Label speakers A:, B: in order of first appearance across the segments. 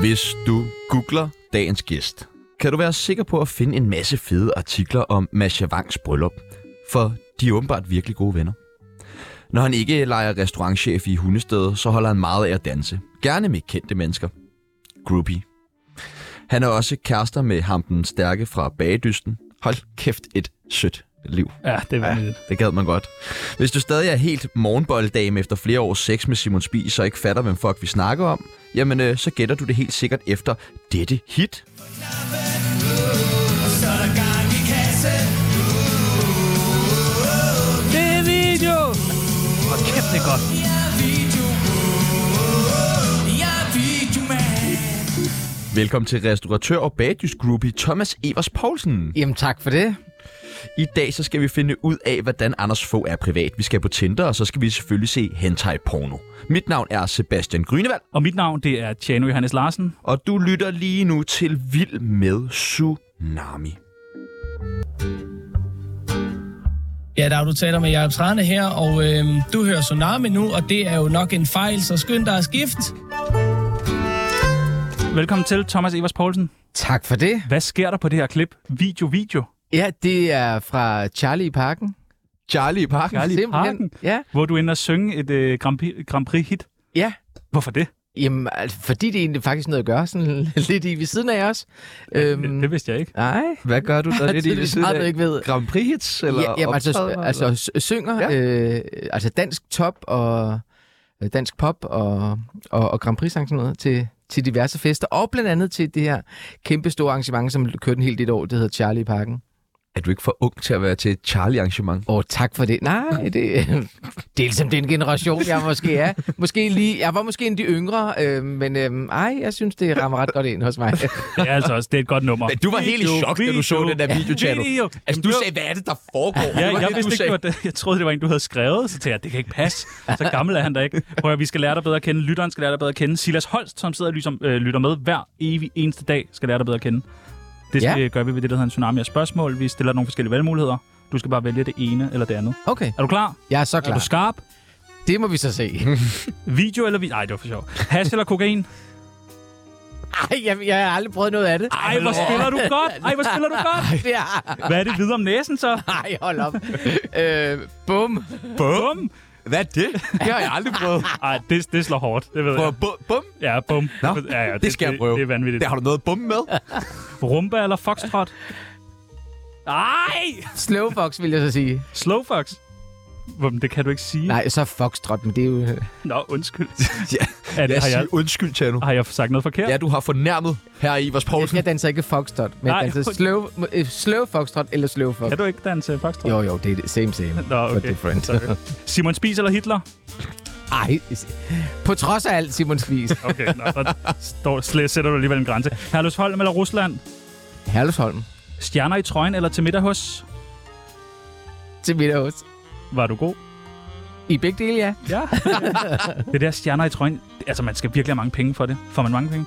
A: Hvis du googler dagens gæst, kan du være sikker på at finde en masse fede artikler om Masha Wangs bryllup, for de er åbenbart virkelig gode venner. Når han ikke leger restaurantchef i Hundestedet, så holder han meget af at danse. Gerne med kendte mennesker. Groupie. Han er også kærester med ham den stærke fra Bagedysten. Hold kæft, et sødt liv.
B: Ja, det er vanvittigt.
A: Det gad man godt. Hvis du stadig er helt morgenbolddame efter flere års sex med Simon Spies og ikke fatter, hvem fuck vi snakker om, jamen øh, så gætter du det helt sikkert efter dette hit.
B: Det er video! Hold kæft, det er godt.
A: Velkommen til restauratør og bagdysgruppe Thomas Evers Poulsen.
C: Jamen tak for det.
A: I dag så skal vi finde ud af, hvordan Anders få er privat. Vi skal på Tinder, og så skal vi selvfølgelig se hentai-porno. Mit navn er Sebastian Grønevald,
B: Og mit navn, det er Tjano Johannes Larsen.
A: og du lytter lige nu til Vild med Tsunami.
D: Ja, der er du taler med Jacob Trane her, og øh, du hører Tsunami nu, og det er jo nok en fejl, så skynd dig at skifte.
B: Velkommen til, Thomas Evers Poulsen.
C: Tak for det.
B: Hvad sker der på det her klip? Video, video.
C: Ja, det er fra Charlie i Parken.
A: Charlie i parken.
B: Charlie i
C: Simpelthen.
B: Parken?
C: Ja,
B: Hvor du ender og synge et øh, Grand, Prix, Grand Prix-hit.
C: ja.
B: Hvorfor det?
A: Mm.
C: Jamen, altså, fordi det egentlig faktisk noget at gøre sådan lidt i ved siden af os.
B: Øhm, det vidste jeg ikke.
C: Nej.
A: Hvad gør du der lidt i det
C: Tydeligvis
A: siden
C: har du
A: af?
C: ikke ved.
A: Grand Prix hits? Eller
C: ja, jamen, altså,
A: optrædener,
C: altså s- synger,
A: Ja.
C: ja. øh, altså dansk top og øh, dansk pop og, og, og Grand Prix sang sådan noget til, til diverse fester, og blandt andet til det her kæmpe store arrangement, som kørte en hel del år, det hedder Charlie i Parken.
A: Er du ikke for ung til at være til et Charlie-arrangement?
C: Åh, oh, tak for det. Nej, det, det er ligesom den generation, jeg måske er. Måske lige, jeg var måske en af de yngre, øh, men øh, ej, jeg synes, det rammer ret godt ind hos mig.
B: Det er altså også det er et godt nummer.
A: Men du var helt i
B: Video,
A: chok, da du så
B: video,
A: den der videochannel.
B: video.
A: Altså, du sagde, hvad er det, der foregår?
B: Ja,
A: det var
B: jeg
A: det,
B: vidste ikke, det var det. Jeg troede, det var en, du havde skrevet, så tænkte jeg, det kan ikke passe. Så gammel er han da ikke. Prøv at, vi skal lære dig bedre at kende. Lytteren skal lære dig bedre at kende. Silas Holst, som sidder og lyser, øh, lytter med hver evig eneste dag, skal lære dig bedre at kende. Det
C: Ja.
B: ja. gør vi ved det, der hedder en tsunami af spørgsmål. Vi stiller nogle forskellige valgmuligheder. Du skal bare vælge det ene eller det andet.
C: Okay,
B: Er du klar?
C: jeg er så
B: Er du
C: klar.
B: skarp?
C: Det må vi så se.
B: Video eller video? Nej, det var for sjov. Hash eller kokain?
C: Ej, jeg, jeg har aldrig prøvet noget af det.
B: Ej, hvor spiller du godt! Ej, hvor spiller du godt!
C: Det er,
B: Hvad er det videre om næsen så?
C: ej, hold op. øh, bum.
B: Bum!
A: Hvad er det? Det har jeg aldrig prøvet.
B: Ej, det, det slår hårdt. Det ved
A: Prøv
B: jeg.
A: at bum, bum.
B: Ja, bum.
A: Nå,
B: ja, ja,
A: det skal jeg prøve.
B: Det, det er vanvittigt.
A: Det har du noget bum med?
B: Rumba eller foxtrot? Nej!
C: Slowfox, vil jeg så sige.
B: Slow fox. Hvor, men det kan du ikke sige.
C: Nej, så foxtrot, men det er jo...
B: Nå, undskyld.
A: ja,
B: Er det,
A: jeg
B: har, jeg,
A: siger undskyld, Tjerno.
B: har jeg sagt noget forkert?
A: Ja, du har fornærmet her Ivers Poulsen.
C: Jeg danser ikke foxtrot, men
B: Nej,
C: jeg danser
B: hun-
C: slow, øh, slow foxtrot eller slow fox.
B: Kan du ikke danse foxtrot?
C: Jo, jo, det er det. Same, same.
B: Nå,
C: But
B: okay.
C: different.
B: Sorry. Simon Spies eller Hitler?
C: Ej, på trods af alt, Simon Spies.
B: Okay, nå, der står, slet, sætter du alligevel en grænse. Herlufsholm eller Rusland?
C: Herlufsholm.
B: Stjerner i trøjen eller til middag hos?
C: til middag hos.
B: Var du god?
C: I begge dele, ja.
B: Ja. det der stjerner i trøjen, altså man skal virkelig have mange penge for det. Får man mange penge?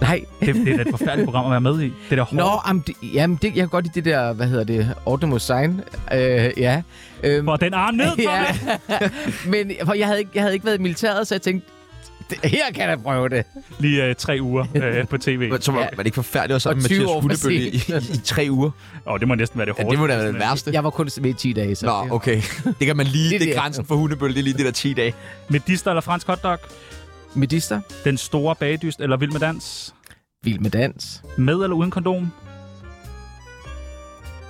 C: Nej.
B: Det, det er da et forfærdeligt program at være med i. Det der
C: Nå,
B: hårdt.
C: jamen, det, jamen det, jeg kan godt lide det der, hvad hedder det, Order Must Sign. Øh, ja. Øhm,
B: Hvor den arm ned for
C: ja.
B: det.
C: Men for jeg, havde ikke, jeg havde ikke været i militæret, så jeg tænkte, det, her kan jeg prøve det.
B: Lige øh, tre uger øh, på tv.
A: Men Så var,
C: Ja.
A: var det ikke forfærdeligt at sammen
C: Og
A: med
C: 20
A: Mathias
C: år for
A: Hundebølle i, i,
C: sent.
A: i, tre uger?
B: Åh, det må næsten være det
A: Ja,
B: hårdeste.
A: det må da være det
B: Sådan, øh,
A: værste.
C: Jeg var kun med i 10 dage, så
A: Nå,
C: det-
A: okay. Det kan man lige.
C: Det er
A: Det er
C: det.
A: grænsen for Hundebølle. Det er lige det der 10 dage.
B: Medister eller fransk hotdog?
C: Medister,
B: Den store bagdyst eller vild med dans?
C: vild med dans,
B: Med eller uden kondom?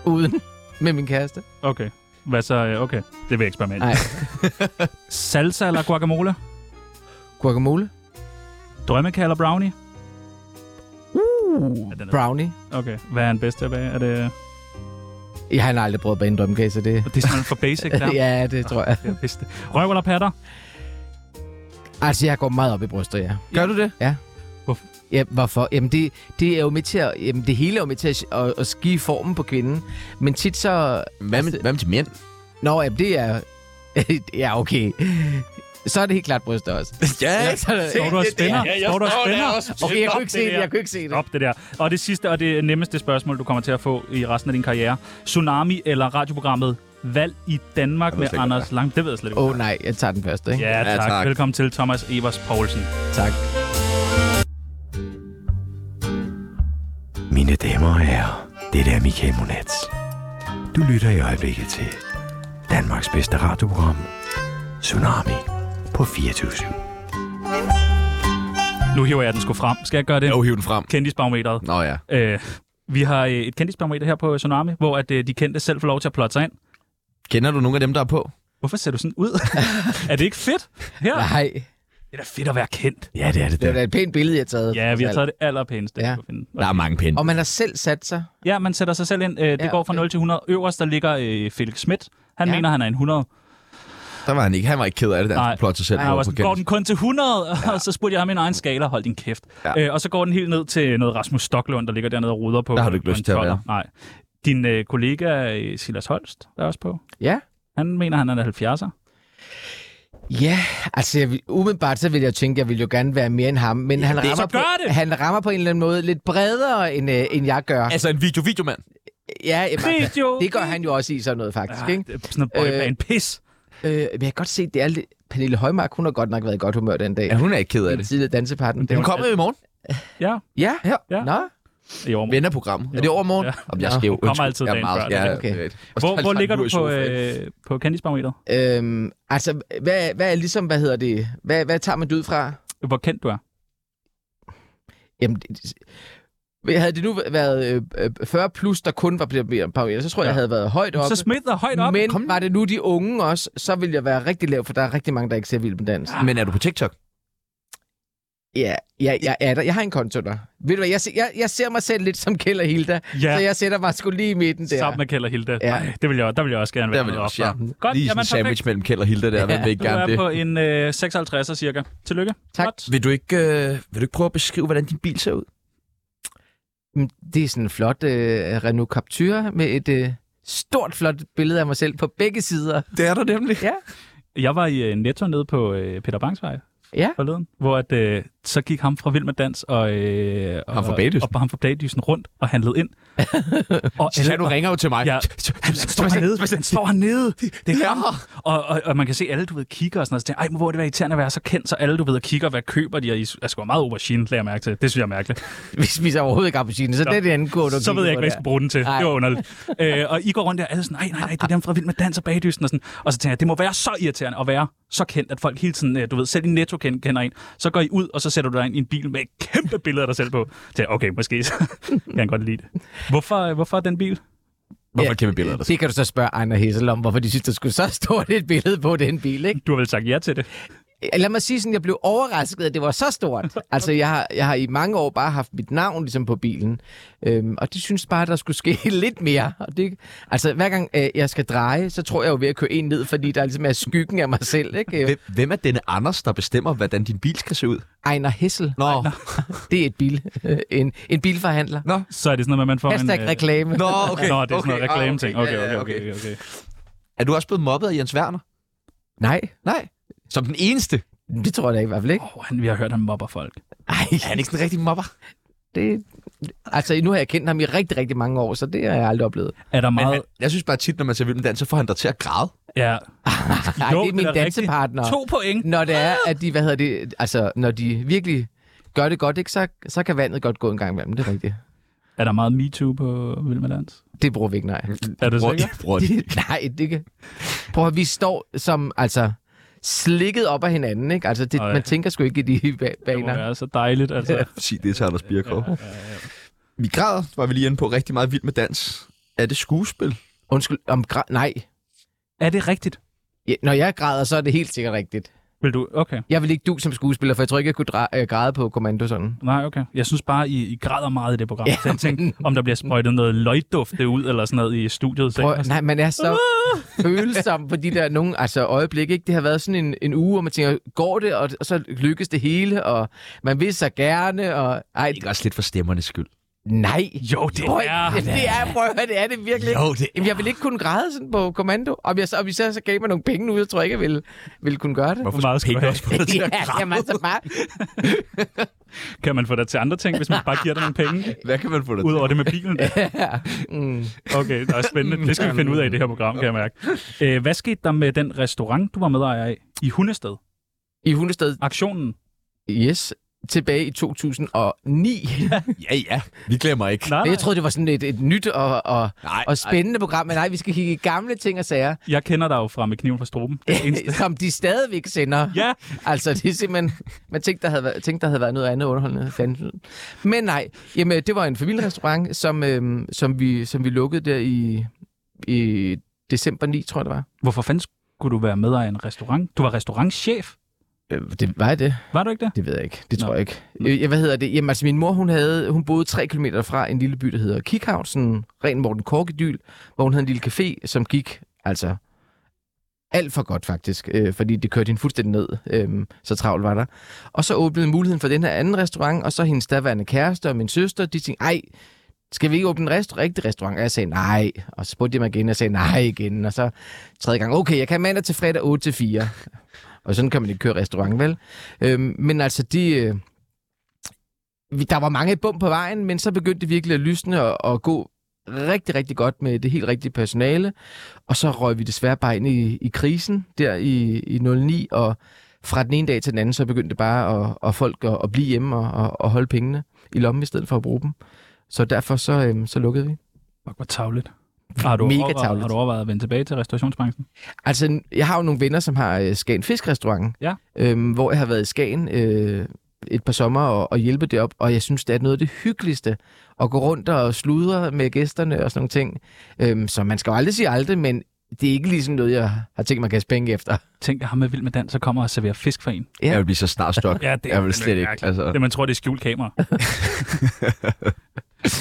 C: uden med min kæreste.
B: Okay. Hvad så? øh, Okay, det vil jeg ikke spørge med.
C: Nej,
B: Salsa eller guacamole?
C: guacamole,
B: Drømmekage eller brownie? Uh, ja, den er,
C: brownie.
B: okay, hvad er den bedste bag? Er det,
C: Jeg har aldrig prøvet at bage en drømkage, så det...
B: det er simpelthen for basic der?
C: ja, det tror jeg.
B: Jeg vidste. Røv eller patter?
C: Altså, jeg går meget op i bryster, ja.
A: Gør du det?
C: Ja, hvorfor? Jamen, det, det er jo med til at, jamen, det hele er jo med til at, at, at skive formen på kvinden. Men tit så...
A: Hvad med, hvad med til mænd?
C: Nå, jamen, det er... ja, okay. Så er det helt klart bryster også.
A: Ja,
C: så er det,
B: Står du og spænder? Står du og spænder?
C: okay, jeg kunne ikke se det, jeg kunne ikke se det.
B: Op det der. Og det sidste og det nemmeste spørgsmål, du kommer til at få i resten af din karriere. Tsunami eller radioprogrammet Valg i Danmark
A: ved slet
B: med
A: ikke,
B: Anders Lang. Det ved jeg slet ikke.
C: Åh oh, nej, jeg tager den første, ikke?
B: Ja,
A: Ja,
B: tak.
A: tak.
B: Velkommen til Thomas Evers Poulsen.
C: Tak.
E: damer og herrer, det er Michael Monats. Du lytter i øjeblikket til Danmarks bedste radioprogram, Tsunami på 24
B: Nu hiver jeg den sgu frem. Skal jeg gøre det?
A: Jo, hiv den frem.
B: Kendisbarometeret.
A: Nå ja.
B: Øh, vi har øh, et kendisbarometer her på Tsunami, hvor at, øh, de kendte selv får lov til at plotte sig ind.
A: Kender du nogle af dem, der er på?
B: Hvorfor ser du sådan ud? er det ikke fedt? Her?
C: Nej,
B: Det er da fedt at være kendt.
E: Ja, det er det
C: det er
E: der.
C: da et pænt billede, jeg har taget.
B: Ja, vi har taget det allerpæneste,
C: Ja.
B: ja. finde.
A: Der er mange pinde.
C: Og man har selv sat sig.
B: Ja, man sætter sig selv ind. Øh, det
C: Ja,
B: ja, går fra
C: okay.
B: 0 til 100. Øverst, der ligger øh, Felix Schmidt. Han
C: Ja.
B: ja. mener, han er en 100.
A: Der var han ikke. Han var ikke ked af det, der
B: Nej.
A: han plot sig selv.
B: Ja, jeg
A: over
B: var
A: på
B: sådan,
A: Kenneth.
B: går den kun til 100? Ja. Og så spurgte jeg ham i min egen skala, hold din kæft.
A: Ja.
B: Ja. Øh, og så går den helt ned til noget Rasmus Stocklund, der ligger dernede og ruder på.
A: Der har du ikke
B: på
A: lyst
B: en
A: til at
B: toller.
A: være.
B: Nej. Din øh, kollega øh, Silas Holst der er også på.
C: Ja.
B: Han mener, han er en 70'er.
C: Ja, altså jeg, vil- umiddelbart så vil jeg jo tænke, jeg vil jo gerne være mere end ham, men han,
A: det-
C: rammer
B: så gør
C: på,
B: det!
C: han rammer på en eller anden måde lidt bredere, end, øh, end jeg gør.
A: Altså en video-videomand.
C: Ja, jeg,
B: Video!
C: det gør han jo også i sådan noget faktisk,
B: Ja,
C: ikke?
B: det er sådan noget boyband. Pis!
C: Øh, men jeg kan godt se, det er lidt... Pernille Højmark, hun har godt nok været i godt humør den dag.
A: Ja, hun er ikke ked af
C: den
A: det.
C: tidligere dansepartner.
B: er
A: Hun
B: jo-
A: kommer jo i morgen.
B: Ja,
C: Ja, ja.
B: Ja.
C: Nå,
B: i år.
A: Vender programmet. Er det over morgen?
B: Ja.
A: Om jeg skal jo
B: Kommer altid dagen før, det er
C: okay.
B: Hvor, hvor ligger du på, øh, på kendisbarometeret?
C: øhm, altså, hvad, hvad er ligesom, hvad hedder det? Hvad, hvad tager man det ud fra?
B: Hvor kendt du er?
C: Jamen, det, det- havde det nu været øh, øh, 40 plus, der kun var blevet mere parameter, så tror jeg,
B: Ja.
C: jeg havde været højt oppe.
B: Så smidt dig højt op.
C: Men
A: Kom nu.
C: var det nu de unge også, så ville jeg være rigtig lav, for der er rigtig mange, der ikke ser vild med dans.
A: Ah. Men er du på TikTok?
C: Ja, ja, jeg er der. Jeg har en konto der. Ved du hvad, jeg, se- jeg, jeg ser mig selv lidt som Kjell og Hilda,
B: Ja.
C: så jeg sætter mig sgu lige i midten der.
B: Sammen med Kjell og Hilde.
C: Ja.
B: Ja. Ej, det vil jeg, der vil jeg også gerne
A: Der
B: være
A: vil
B: med
A: jeg
B: op.
A: også, ja.
B: Godt,
A: Lige sådan
B: jamen
A: en
B: perfekt.
A: sandwich mellem Kjeld og Hilde der. Hvem vil ikke
B: Du
A: gerne
B: er
A: det?
B: på en øh, 56'er cirka. Tillykke.
C: Tak.
B: Godt.
A: Vil du, ikke, øh, vil du ikke prøve at beskrive, hvordan din bil ser ud?
C: Mm, Det er sådan en flot øh, Renault Captur med et øh, stort flot billede af mig selv på begge sider.
A: Det er der nemlig.
B: Jeg var i øh, Netto nede på øh, Peter Bangsvej
C: Ja.
B: forleden, hvor at, øh, så gik ham fra Vild med Dans og, øh, og,
A: Ham fra Bagdysten.
B: og, og ham fra Bagdysen rundt og handlede ind. og alle,
A: du ringer jo til mig.
B: Ja. han, han står hernede, han står hernede, det er ham. Og, og, og, man kan se, alle du ved kigger og sådan noget. Så tænker, jeg, Ej, men hvor er det være irriterende at være så kendt, så alle du ved kigger, hvad køber de? Og I er sgu meget aubergine, lader jeg mærke til. Det synes jeg er mærkeligt.
C: Vi spiser overhovedet ikke appelsiner, så
B: Nå.
C: det er det andet kort,
B: så ved jeg ikke, hvad jeg skal bruge den til.
C: Nej.
B: Det var underligt. øh, og I går rundt der, og alle sådan, nej, nej, nej, det er dem fra Vild med Dans og Bagdysten og sådan. Og så tænker jeg, det må være så irriterende at være så kendt, at folk hele tiden, øh, du ved, selv i Netto kend- kender en. Så går I ud, og så sætter du dig ind i en bil med et kæmpe billede af dig selv på. Så tænker jeg, okay, måske så kan jeg godt lide det. Hvorfor, øh, hvorfor den bil?
A: Hvorfor er kæmpe billeder?
C: Det kan du så spørge Ejner Hessel om, hvorfor de synes, der skulle så stort et billede på den bil, ikke?
B: Du har vel sagt ja til det?
C: Øh, Lad mig sige sådan, jeg blev overrasket, at det var så stort. Altså, jeg har, jeg har i mange år bare haft mit navn ligesom på bilen, øhm, og de synes bare, der skulle ske lidt mere. Og det, altså, hver gang øh, jeg skal dreje, så tror jeg jo ved at køre en ned, fordi der ligesom er skyggen af mig selv, ikke? Øh,
A: Hvem, hvem er denne Anders, der bestemmer, hvordan din bil skal se ud?
C: Ejner Hessel,
A: Nå,
C: det er et bil, øh, en, en bilforhandler.
B: Så er det sådan noget, med, at man får
C: Hashtag
B: en... øh,
C: reklame.
A: Nå
B: Nå, det er sådan noget
A: ah,
B: reklame-ting. Okay, okay,
A: ja,
B: okay, okay, okay.
A: Er du også blevet mobbet af Jens Werner?
C: Nej,
A: Nej. Som den eneste.
C: det tror jeg da i hvert fald ikke.
B: Oh, han, vi har hørt, han mobber folk.
C: Ej,
A: Er han ikke sådan en rigtig mobber?
C: det... Altså, nu har jeg kendt ham i rigtig, rigtig mange år, så det har jeg aldrig oplevet.
B: Er der
A: Men
B: meget...
A: han, jeg synes bare tit, når man ser vild med dans, så får han dig til at græde.
B: Ja.
C: Nej,
B: Jo,
C: det er
B: det
C: min
B: er da rigtigt.
C: dansepartner.
B: To point.
C: Når det er, at de, hvad hedder det, altså, når de virkelig gør det godt, ikke, så, så kan vandet godt gå en gang imellem, det er rigtigt.
B: Er der meget MeToo på Vild med Dans?
C: Det bruger vi ikke, nej.
B: Er det
A: Bror-
B: sikkert?
A: bror-
C: nej, det kan... Prøv at vi står som, altså, slikket op af hinanden, ikke? Altså, det,
B: Ej.
C: man tænker sgu ikke i de ba-
B: Det må
C: baner.
B: være så dejligt, altså.
A: Sig det til Anders Birkow. Vi græder, var vi lige inde på, rigtig meget vild med dans. Er det skuespil?
C: Undskyld, om gra- nej.
B: Er det rigtigt?
C: Ja, når jeg græder, så er det helt sikkert rigtigt.
B: Vil du? Okay.
C: Jeg vil ikke du som skuespiller, for jeg tror ikke, jeg kunne dra- øh, græde på kommando sådan.
B: Nej, okay. Jeg synes bare, I, I græder meget i det program.
C: Ja,
B: Ja, så jeg tænkte, om der bliver sprøjtet noget løgduft ud, eller sådan noget i studiet. Så
C: Prøv, nej, man er så følsom på de der nogle altså, øjeblikke. Ikke? Det har været sådan en, en uge, og man tænker, går det, og, og så lykkes det hele, og man vil så gerne, og... Ej,
A: Ikke også lidt for stemmernes skyld.
C: nej.
B: Jo, det
C: Prøv,
B: er...
C: ja, det er, prøv at høre, det er det virkelig. ikke.
A: det
C: Jamen, jeg vil ikke kunne græde sådan på kommando. Om jeg så, om I så, så gav mig nogle penge nu, så tror jeg ikke, jeg ville, ville kunne gøre det.
B: Hvor meget skal du have?
C: Ja, jamen, altså bare,
B: Kan man få dig til andre ting, hvis man bare giver dig nogle penge?
A: Hvad kan man få det til?
B: Udover det med bilen. der?
C: mm,
B: Okay, det er spændende. Det skal vi finde ud af i det her program, kan jeg mærke. Øh, hvad skete der med den restaurant, du var medejer af i Hundested?
C: I hundested,
B: Aktionen?
C: yes. tilbage i 2009.
A: Ja, ja. Vi glemmer ikke.
B: Nej,
C: Men
B: nej.
C: jeg troede, det var sådan et, et nyt og, og,
A: Nej,
C: og spændende program, men nej, vi skal kigge i gamle ting og sager,
B: Jeg kender dig jo fra med kniven fra struben. Det er det eneste.
C: som de stadigvæk sender.
B: Ja,
C: Altså, det er simpelthen... Man tænkte, der havde været, tænkte, der havde været noget andet underholdende. Fanden. Men nej, jamen, øh, det var en familierestaurant, som, øhm, som, vi, som vi lukkede der i, i december 9, tror jeg, det var.
B: hvorfor fanden skulle du være medejer af en restaurant? Du var restaurantchef,
C: Øh, Det var jeg det.
B: var du ikke det?
C: Det ved jeg ikke. Det
B: Nå.
C: tror jeg ikke. Øh, Jeg, hvad hedder det? Jamen, altså, min mor, hun, havde, hun boede tre kilometer fra en lille by, der hedder Kikhavn, sådan ren Morten Korkedyl, hvor hun havde en lille café, som gik, altså, alt for godt faktisk, øh, fordi det kørte hende fuldstændig ned, øh, så travlt var der. Og så åbnede muligheden for den her anden restaurant, og så hendes daværende kæreste og min søster, de tænkte, ej, skal vi ikke åbne en rest- rigtig restaurant? Og jeg sagde nej, og så spurgte de mig igen, og jeg sagde nej igen, og så tredje gang, okay, jeg kan mandag til fredag 8 til 4. Og sådan kan man ikke køre restaurant, vel? Øhm, men altså, de, øh, vi- der var mange bump på vejen, men så begyndte det virkelig at lysne og, og gå rigtig, rigtig godt med det helt rigtige personale. Og så røg vi desværre bare ind i, i krisen der i, i 09, og fra den ene dag til den anden, så begyndte det bare at, at folk at, at blive hjemme og, og, og holde pengene i lommen i stedet for at bruge dem. Så derfor så, øhm, så lukkede vi.
B: Fuck, hvor tavligt. Har du,
C: Mega
B: overvejet,
C: tarveligt.
B: har du overvejet at vende tilbage til restaurationsbranchen?
C: Altså, n- jeg har jo nogle venner, som har øh, Skagen Fiskrestaurant,
B: Ja.
C: øhm, hvor jeg har været i Skagen øh, et par sommer og, og hjælpe det op, og jeg synes, det er noget af det hyggeligste at gå rundt og sludre med gæsterne og sådan nogle ting. Øhm, så man skal jo aldrig sige aldrig, men det er ikke ligesom noget, jeg har tænkt mig at kaste penge efter.
B: Tænk, at ham med Vild Med Dans, så kommer og serverer fisk for en.
A: Jeg vil blive så snarstok.
B: Ja, det er
A: jeg vil
B: det er
A: slet ikke.
B: mærkeligt.
A: Altså,
B: Det, man tror, det er skjult kamera.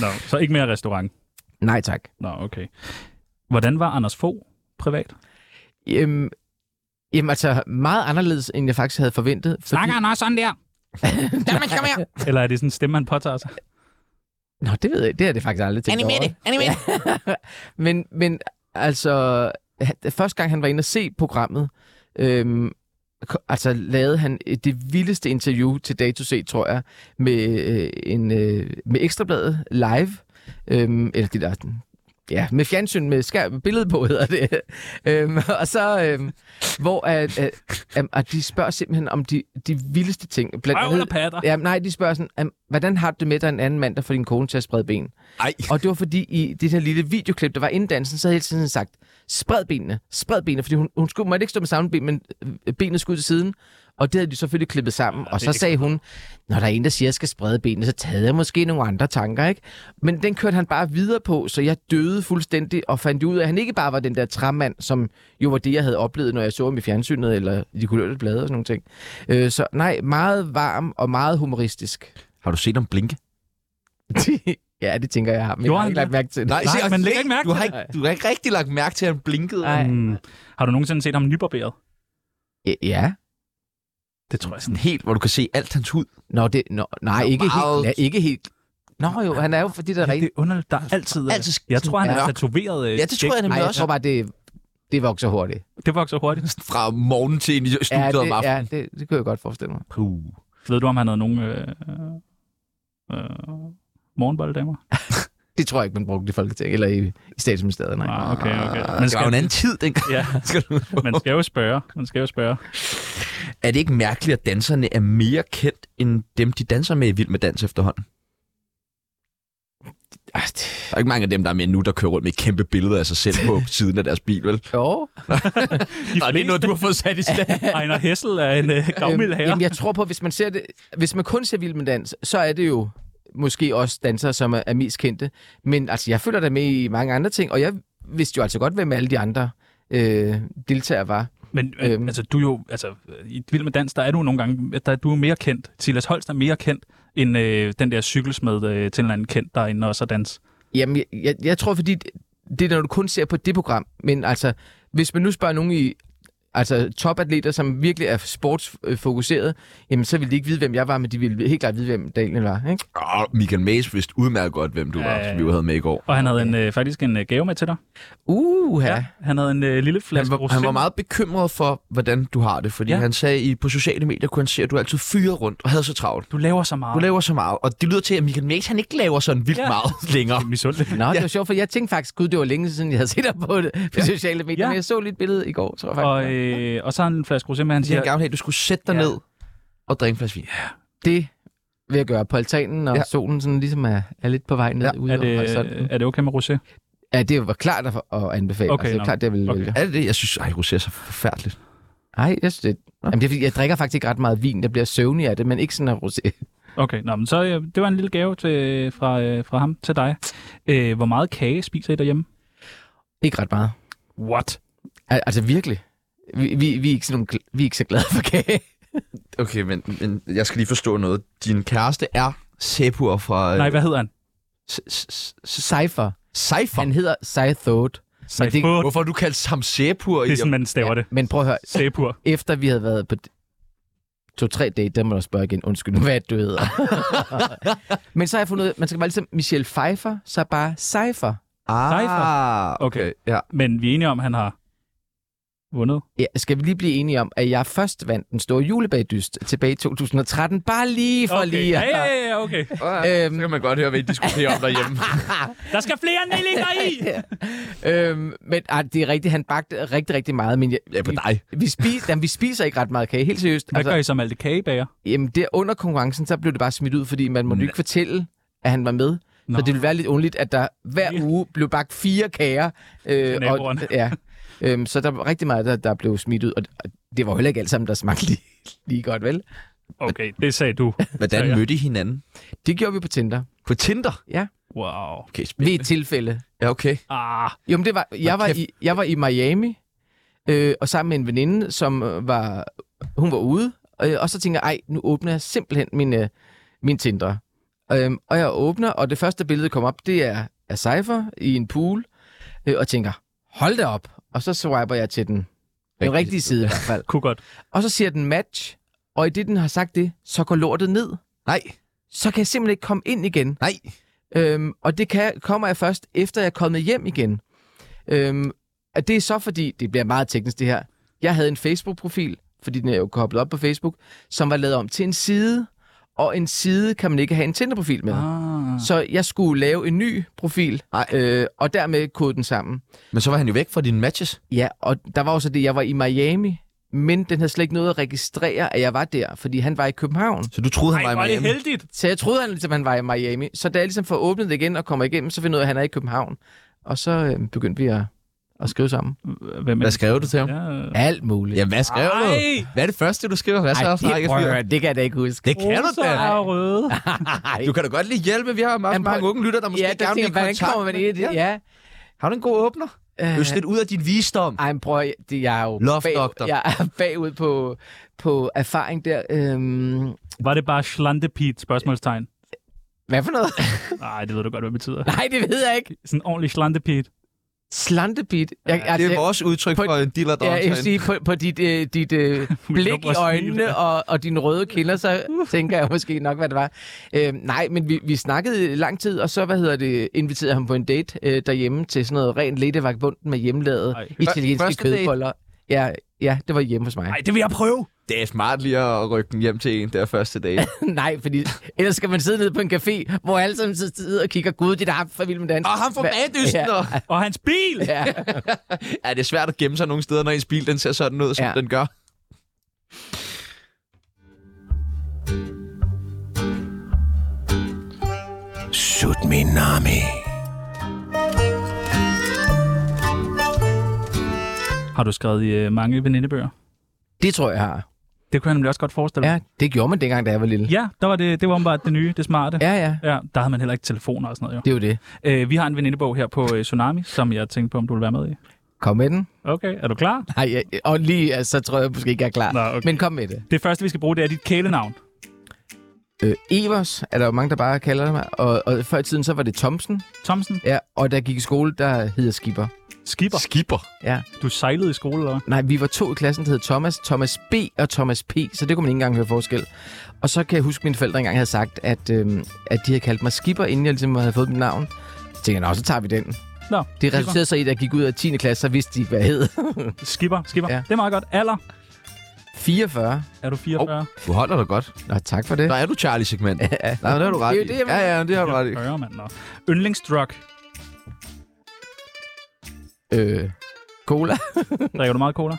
B: Nå, så ikke mere restaurant.
C: Nej tak.
B: Nå, okay. Hvordan var Anders Fogh privat?
C: Øhm, jamen altså, meget anderledes, end jeg faktisk havde forventet. Fordi...
B: han også sådan der? Jamen, kom her! Eller er det sådan en stemme, han påtager sig?
C: Nå, det ved jeg. Det har det faktisk aldrig tænkt over.
D: Annemette.
C: men, men altså, han- første gang han var inde og se programmet, øhm, ko- altså lavede han øh, det vildeste interview til Dato C, tror jeg, med, øh, en, øh, med Ekstrabladet live, øhm, eller det der, ja, med fjernsyn med skær, med billede på, hedder det. øhm, og så, øhm, hvor at, at, at, at de spørger simpelthen om de, de vildeste ting. Blandt
B: Røv eller patter?
C: ja, nej, de spørger sådan, "Am, hvordan har du det med, at der er en anden mand, der får din kone til at sprede ben?
A: ej,
C: Og det var fordi i det her lille videoklip, der var inden dansen, så havde jeg hele tiden sagt, spred benene, spred benene, fordi hun, hun skulle, måtte ikke stå med samme ben, men øh, benet skulle ud til siden. Og det havde de selvfølgelig klippet sammen. og så sagde hun, når der er en, der siger, at jeg skal sprede benene, så tager jeg måske nogle andre tanker, ikke? Men den kørte han bare videre på, så jeg døde fuldstændig og fandt ud af, at han ikke bare var den der træmand, som jo var det, jeg havde oplevet, når jeg så ham i fjernsynet eller i de kulørte blade og sådan nogle ting. Øh, så nej, meget varm og meget humoristisk.
A: har du set ham blinke?
C: ja, det tænker jeg har, men jeg
B: Gjorde
C: har
B: han
C: ikke lagt
B: det?
C: mærke til det.
B: Nej,
A: og
B: man lægger
A: se,
B: ikke mærke
A: du
B: til
A: har
B: det.
A: ikke, du har ikke rigtig lagt mærke til, at han blinkede.
C: Nej.
B: Mm. Har du nogensinde set ham nybarberet?
C: Ja, Ja.
B: Det tror jeg sådan.
A: Sådan helt, hvor du kan se alt hans hud.
C: Nå, det, nå nej,
A: er jo
C: ikke,
A: meget-
C: helt, ja, ikke helt. Nå jo, han er jo fordi, der er
B: Ja, det
C: rigtigt.
B: er underligt. Der er altid...
A: Altid sk-
B: jeg tror, han er
A: mørk.
B: tatoveret. øh,
A: Ja, det tror jeg
C: Nej,
A: nemlig
C: jeg tror
A: også.
C: bare, det, det vokser hurtigt.
B: Det vokser hurtigt.
A: Fra morgen til ind i
C: Ja,
A: studiet
C: det,
A: om aftenen.
C: ja det, det kunne jeg godt forestille mig.
A: Puh.
B: Ved du, om han havde nogen... Øh, øh, morgenbolddamer?
C: Det tror jeg ikke, man brugte i Folketinget, eller i, i statsministeriet, nej.
B: Ah, okay, okay.
A: Ah, det var jo en anden tid dengang.
B: Ja,
A: Skal du huske på.
B: man skal jo spørge. Man skal jo spørge.
A: Er det ikke mærkeligt, at danserne er mere kendt, end dem, de danser med i Vild med Dans efterhånden?
C: Ah, det-
A: Der er ikke mange af dem, der er med nu, der kører rundt med kæmpe billeder af sig selv på siden af deres bil, vel?
C: Jo.
B: De
A: Og det er noget, du har fået sat i stand.
B: Ejner Hessel er en øh, gavmild
C: Øhm,
B: herre.
C: jamen, jeg tror på, at hvis man, ser det, hvis man kun ser Vild med Dans, så er det jo måske også dansere, som er, er mest kendte. Men altså, jeg følger da med i mange andre ting, og jeg vidste jo altså godt, hvem alle de andre øh, deltagere var.
B: Men øh,
C: Øhm.
B: altså, du er jo, altså, i Vild med Dans, der er du nogle gange, der, du er jo mere kendt. Silas Holst er mere kendt, end øh, den der cykelsmed øh, til en eller anden kendt, der er inde og så dans.
C: Jamen, jeg, jeg, jeg tror, fordi det, det er, når du kun ser på det program. Men altså, hvis man nu spørger nogen i altså, topatleter, som virkelig er sportsfokuseret, jamen, så ville de ikke vide, hvem jeg var, men de ville helt klart vide, hvem Daniel var. Ikke?
A: Åh, Ah, Michael Mays vidste udmærket godt, hvem du
B: Ja, ja,
A: var,
B: ja.
A: som vi jo havde med i går.
B: Og han havde en, øh, faktisk en øh, gave med til dig.
C: Uh, ja.
B: Han havde en øh, lille
A: Han
B: flaske
A: var, han var meget bekymret for, hvordan du har det, fordi
B: Ja.
A: ja. han sagde, at på sociale medier kunne han se, at du altid fyrer rundt og havde så travlt.
B: Du laver så meget.
A: Du laver så meget, og det lyder til, at Michael Mays han ikke laver sådan vildt
B: Ja.
A: ja. meget længere.
B: Det er misundeligt.
C: Nå, det var sjovt, for jeg tænkte faktisk, gud, det var længe siden, jeg havde set dig på, det, på ja. sociale medier,
B: Ja.
C: ja. men jeg så lige et billede i går, tror jeg faktisk.
B: Og, øh, og så har han en flaske rosé med, han
A: Det er
B: siger,
A: en gammel at du skulle sætte dig
C: Ja.
A: ned og drikke en flaske vin.
C: det ved at gøre på altanen, og
A: Ja.
C: ja. solen sådan ligesom er, er lidt på vej ned
A: Ja.
C: ja. ude
B: Er
C: over
B: det,
C: horisonten.
B: er det okay med Roger?
C: Ja, det var klart at, at anbefale.
B: Okay,
C: Okay, altså, det
B: nå.
C: er klart, det vil
B: Okay.
C: okay. vælge.
A: Er det det? Jeg synes, ej, rosé er så forfærdeligt.
C: Nej, jeg synes det. Jamen, det er, fordi, jeg drikker faktisk ikke ret meget vin. Jeg bliver søvnig af det, men ikke sådan en rosé.
B: Okay, nå, men så øh, det var en lille gave til, fra, øh, fra ham til dig. Øh, hvor meget kage spiser I derhjemme?
C: Ikke ret meget.
B: What?
C: Al- altså virkelig. Vi, vi, vi, er ikke sådan nogle, gl- vi er ikke så glade for kage.
A: Okay, men, men jeg skal lige forstå noget. Din kæreste er Sepur fra... øh,
B: Nej, hvad hedder han?
A: S- s-
C: Cypher.
A: Cypher.
C: Han hedder Cythode. Men, det,
B: Seifur.
A: Hvorfor har du kaldt ham Sepur?
B: Det er sådan, man staver det.
C: men prøv at høre.
B: Sæbur.
C: Efter vi havde været på to-tre dage, der må jeg spørge igen. Undskyld, hvad er det, du hedder. men så har jeg fundet ud af, man skal bare ligesom Michelle Pfeiffer, så bare Cypher.
A: Ah,
B: Cypher.
A: okay.
B: Okay.
A: Ja.
B: Men vi er enige om, at han har vundet.
C: Ja, skal vi lige blive enige om, at jeg først vandt den store julebagdyst tilbage i 2013. Bare lige for
B: okay.
C: lige
B: Ja, ja, ja, ja, okay.
A: Øhm. Så kan man godt høre, hvad I diskuterer om derhjemme.
B: Der skal flere nællinger i!
A: Altså-
C: øhm, men ah, det er rigtigt, han bagte rigtig, rigtig meget. Men jeg,
A: ja, på dig.
C: Vi, vi, spiser, jamen, vi spiser ikke ret meget kage, helt seriøst. Altså,
B: Hvad gør I så med alt det kagebager?
C: Jamen, der under konkurrencen, så blev det bare smidt ud, fordi man måtte jo ikke fortælle, at han var med.
B: Nå.
C: Nå. Så det ville være lidt ondeligt, at der hver uge blev bagt fire kager. Øh,
B: naboerne.
C: ja. Øhm, så der var rigtig meget, der, der blev smidt ud, og og det var jo heller ikke alt sammen, der smagte lige, lige godt, vel?
B: Okay, det sagde du.
A: Hvordan
B: Så ja.
A: mødte I hinanden?
C: Det gjorde vi på Tinder,
A: På Tinder?
B: Wow.
A: Okay,
C: ved
A: spændende.
C: et tilfælde.
A: Ja, okay.
B: Ah,
C: Jo, men det var, jeg, var
A: kæft.
C: i, jeg var i Miami, øh, og sammen med en veninde, som øh, var, hun var ude, og, og så tænker jeg, ej, nu åbner jeg simpelthen min, øh, min Tinder. Øhm, og jeg åbner, og det første billede, der kommer op, det er, er Cypher i en pool, øh, og tænker, hold da op. Og så swiper jeg til den, den
A: Rigtig
C: rigtige side i hvert fald.
B: kunne godt.
C: Og så siger den match, og i det, den har sagt det, så går lortet ned.
A: Nej,
C: Så kan jeg simpelthen ikke komme ind igen.
A: nej.
C: Øhm, og det kan, kommer jeg først, efter jeg er kommet hjem igen. Øhm, og det er så fordi, det bliver meget teknisk det her. Jeg havde en Facebook-profil, fordi den er jo koblet op på Facebook, som var lavet om til en side. Og en side kan man ikke have en Tinder-profil med.
B: Ah.
C: Så jeg skulle lave en ny profil,
A: Ej.
C: øh, og dermed kode den sammen.
A: Men så var han jo væk fra dine matches.
C: Ja, og der var også det, jeg var i Miami, men den havde slet ikke noget at registrere, at jeg var der, fordi han var i København.
A: Så du troede, han
B: Ej,
A: var
B: var
A: i
B: det
A: Miami?
B: heldigt.
C: Så jeg troede, han, ligesom, han var i Miami. Så da jeg ligesom får åbnet det igen og kommer igennem, så finder jeg ud af, at han er i København. Og så øh, begyndte vi at, at skrive sammen.
B: Hvem er
A: Hvad skrev du til ham?
B: Ja, øh.
C: Alt muligt.
A: Ja, hvad skrev du?
B: Ej!
A: Hvad er det første, du skriver? Hvad så?
C: Ej,
A: Frank?
C: det, prøv at høre, det kan jeg da ikke huske.
A: det kan du
B: Roser
A: da.
B: er røde.
A: Du kan da godt lige hjælpe. Vi har meget,
C: Jamen, prøv-
A: mange unge lytter, der måske
C: ja, der
A: gerne vil
C: tænker,
A: i
C: hvordan
A: kontakt.
C: kommer man ind i det?
A: Ja.
C: Ja.
A: Har du en god åbner?
C: Øh,
A: Øst lidt ud af din visdom.
C: Ej, men prøv at- det, jeg er jo
A: Love
C: bag,
A: doctor.
C: jeg er bagud på, på erfaring der. Øhm,
B: Var det bare slantepit? Spørgsmålstegn.
C: hvad for noget?
B: Nej, det ved du godt, hvad det betyder.
C: Nej, det ved jeg ikke.
B: Sådan en ordentlig slantepit.
C: Slantebit. Jeg,
A: Ja, det er vores udtryk
C: på-
A: for en dealer, der
C: Ja,
A: er
C: jeg vil
A: omtalt.
C: sige, på, på dit, øh, dit øh, blik
B: lukker
C: i
B: og smiler.
C: øjnene og, og dine røde kinder, så
B: Uh.
C: tænker jeg måske nok, hvad det var. Øh, nej, men vi, vi snakkede lang tid, og så, hvad hedder det, inviterede ham på en date øh, derhjemme til sådan noget rent ledevagbunden med hjemmelavet
B: Ej.
C: italienske
A: Første date?
C: kødboller. Ja, ja, det var hjemme hos mig.
B: Nej, det vil jeg prøve.
A: Det er smart lige at rykke den hjem til en der første dag.
C: nej, fordi ellers skal man sidde nede på en café, hvor alle sammen sidder og kigger, gud, det er ham fra Vild med Dans.
A: og ham fra
C: Hva-
A: Bagdysten!
C: Ja.
A: Ja.
B: Og hans bil!
C: Ja.
A: ja, det er svært at gemme sig nogle steder, når ens bil den ser sådan ud, som ja.
C: Ja.
A: den gør.
E: Tsunami.
B: Har du skrevet i øh, mange venindebøger?
C: Det tror jeg, jeg har.
B: Det kunne jeg nemlig også godt forestille mig.
C: Ja, det gjorde man dengang, da jeg var lille.
B: Ja, der var det, det var bare det nye, det smarte.
C: Ja, ja.
B: ja. Der havde man heller ikke telefoner og sådan noget, jo.
C: Det er jo det.
B: Øh, vi har en venindebog her på øh, Tsunami, som jeg tænkte på, om du ville være med i.
C: Kom med den.
B: Okay, er du klar?
C: Nej, jeg, og lige altså, så tror jeg måske ikke, jeg er klar.
B: Nå, okay.
C: Men kom med det.
B: Det første, vi skal bruge, det er dit kælenavn.
C: Øh, Evers er der jo mange, der bare kalder mig. Og, og før i tiden, så var det Thomsen.
B: Thomsen,
C: Ja, og da jeg gik i skole, der hed jeg Skipper.
B: skipper.
A: Skipper.
C: Ja.
B: Du sejlede i skole, eller hvad?
C: Nej, vi var to i klassen, der hed Thomas, Thomas B og Thomas P, så det kunne man ikke engang høre forskel. Og så kan jeg huske, at mine forældre engang havde sagt, at, øhm, at de havde kaldt mig Skipper, inden jeg ligesom havde fået mit navn. Så tænkte jeg, nå, så tager vi den.
B: Nå,
C: Det
B: skipper.
C: resulterede så i, at jeg gik ud af 10. klasse, så vidste de, hvad jeg hed.
B: Skipper, skipper. Ja.
C: Ja.
B: Det er meget godt. Alder?
C: 44.
B: Er du 44? Oh.
A: Du holder dig godt.
C: Nå, tak for det.
A: Der er du Charlie-segment. Ja. Nej, men det har du ret
C: Det er
A: i.
C: jo det, jeg
A: ja,
C: mener.
A: ja, det har du ret i.
B: 40, mand. Nå. Yndlingsdrug.
C: Øh, cola.
B: Drikker du meget cola?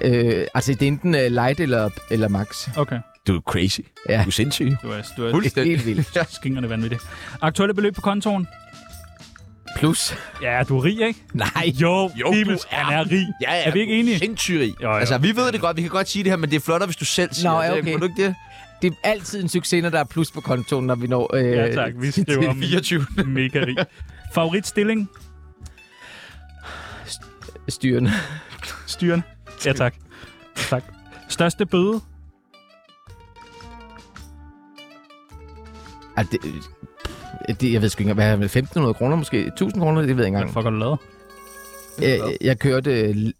C: Øh, altså, det er enten uh, light øh, eller, eller max.
B: Okay.
A: Du er crazy.
C: Ja.
A: Du er sindssyg.
B: Du er, du er
C: Helt vildt.
B: skingerne vanvittig. Aktuelle beløb på kontoen?
C: Plus.
B: Ja, du er rig, ikke?
C: Nej.
B: Jo,
A: Jo,
B: Bibels,
A: du er.
B: han er rig.
A: Ja, ja,
B: Er vi ikke enige?
A: Sindssyg rig.
B: Jo, jo.
A: Altså, vi ved det godt. Vi kan godt sige det her, men det er flottere, hvis du selv siger
C: Nå, ja,
A: det.
C: okay.
A: Må du ikke det?
C: Det er altid en succes, når der er plus på kontoen, når vi når... Øh,
B: Ja, tak. Vi
C: til-
B: skriver
C: til
B: om
A: 24.
B: mega rig. Favoritstilling?
C: Styrene.
B: Styrende. Ja, tak. Tak. Største bøde?
C: Ej, det, øh, det, jeg ved sgu ikke engang, hvad er det, 1.500 kroner måske? 1.000 kroner, det ved jeg ikke
B: Hvad
C: engang.
B: fuck har du lavet?
C: Jeg, jeg kørte øh, et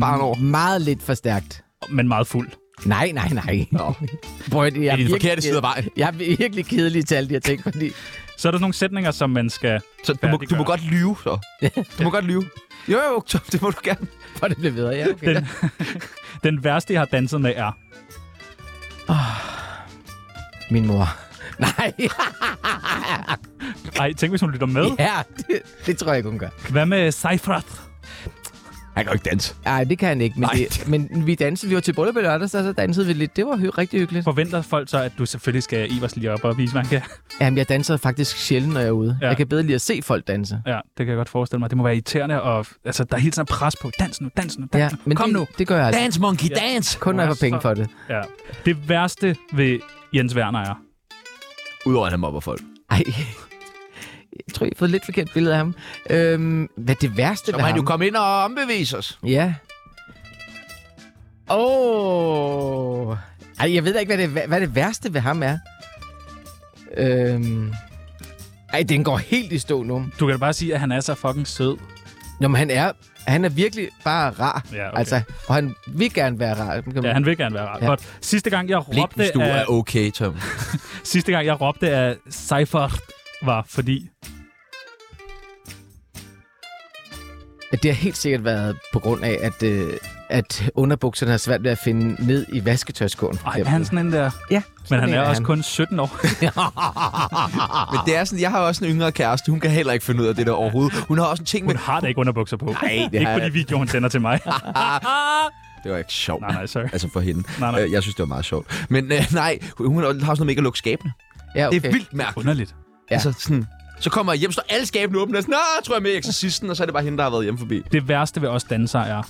A: barn over.
C: meget lidt for stærkt.
B: Men meget fuld.
C: Nej, nej, nej. Nå. Prøv, at- jeg,
A: I
C: er
A: den forkerte
C: virkelig,
A: side af vejen.
C: jeg er virkelig kedelig til alle de her ting, fordi...
B: Så er der nogle sætninger, som man skal...
A: Så du må, du må
B: Færdiggør.
A: godt lyve, så. Du må godt lyve. Jo, jo, Tom, det må du gerne.
C: For det bliver bedre, ja, okay.
B: Den, den værste, jeg har danset med, er...
C: Min mor. Nej,
B: Ej, tænk, hvis hun lytter med.
C: ja, det, det tror jeg ikke, hun gør.
B: Hvad med Seifert?
A: Han kan jo ikke danse.
C: Nej, det kan han ikke, men,
A: Nej.
C: det, men vi dansede, vi var til bryllup i lørdags, og så dansede vi lidt. Det var hy- rigtig hyggeligt.
B: Forventer folk så, at du selvfølgelig skal Ivers lige op og vise, hvad han kan?
C: Jamen, jeg danser faktisk sjældent, når jeg er ude.
B: Ja.
C: Ja. Jeg kan bedre lide at se folk danse.
B: Ja, det kan jeg godt forestille mig. Det må være irriterende, og altså, der er hele tiden pres på. Dans nu, dans nu, dans
C: Ja,
B: ja, nu.
C: men
B: Kom
C: det,
B: nu.
C: det gør jeg altså.
A: Dance, monkey, dance!
C: Kun når jeg får
B: Ja,
C: penge
B: så-
C: for det.
B: Ja. Det værste ved Jens Werner er...
A: Udover at han mobber folk.
C: Ej, jeg tror, I har fået et lidt forkert billede af ham. Øhm, hvad er det værste
A: Så må
C: ved
A: han
C: ham?
A: jo komme ind og ombevise os.
C: Ja. Åh. Oh. Ej, jeg ved da ikke, hvad det, hvad, hvad det værste ved ham er. Øhm. Ej, den går helt i stå nu.
B: Du kan da bare sige, at han er så fucking sød.
C: Nå, men han er, han er virkelig bare rar.
B: Ja, okay.
C: Altså, og han vil gerne være rar. Kan man-
B: Ja, han vil gerne være rar. Ja.
C: Ja.
B: Godt. Sidste gang, jeg
A: Blik, hvis
B: råbte
A: du er
B: af,
A: okay, Tom.
B: sidste gang, jeg råbte af Seifert, var fordi...
C: Det har helt sikkert været på grund af, at, øh, at underbukserne har svært ved at finde ned i vasketøjskåren.
B: Ej, er han sådan en der...
C: Ja,
B: Men
C: sådan
B: han
C: en
B: er også
C: han.
B: kun 17 år.
A: Men det er sådan, jeg har også en yngre kæreste. Hun kan heller ikke finde ud af det der overhovedet. Hun har også en ting med...
B: Hun har da ikke underbukser på. Nej,
A: det
B: ikke
A: har
B: på de
A: jeg.
B: videoer, hun sender til mig.
A: Det var ikke sjovt.
B: nej, nej, sorry.
A: Altså for hende.
B: Nej, nej.
A: Øh, Jeg synes, det var meget sjovt. Men øh, nej, hun hun har også noget med ikke at lukke skabene.
C: Ja,
A: Det
C: okay.
A: er vildt mærkeligt.
B: Underligt.
C: Ja.
A: Altså, sådan, så kommer jeg hjem, står alle skabene åbne, og sådan, Nå, tror jeg er med i eksorcisten, og så er det bare hende, der har været hjemme forbi.
B: Det værste ved os dansere er...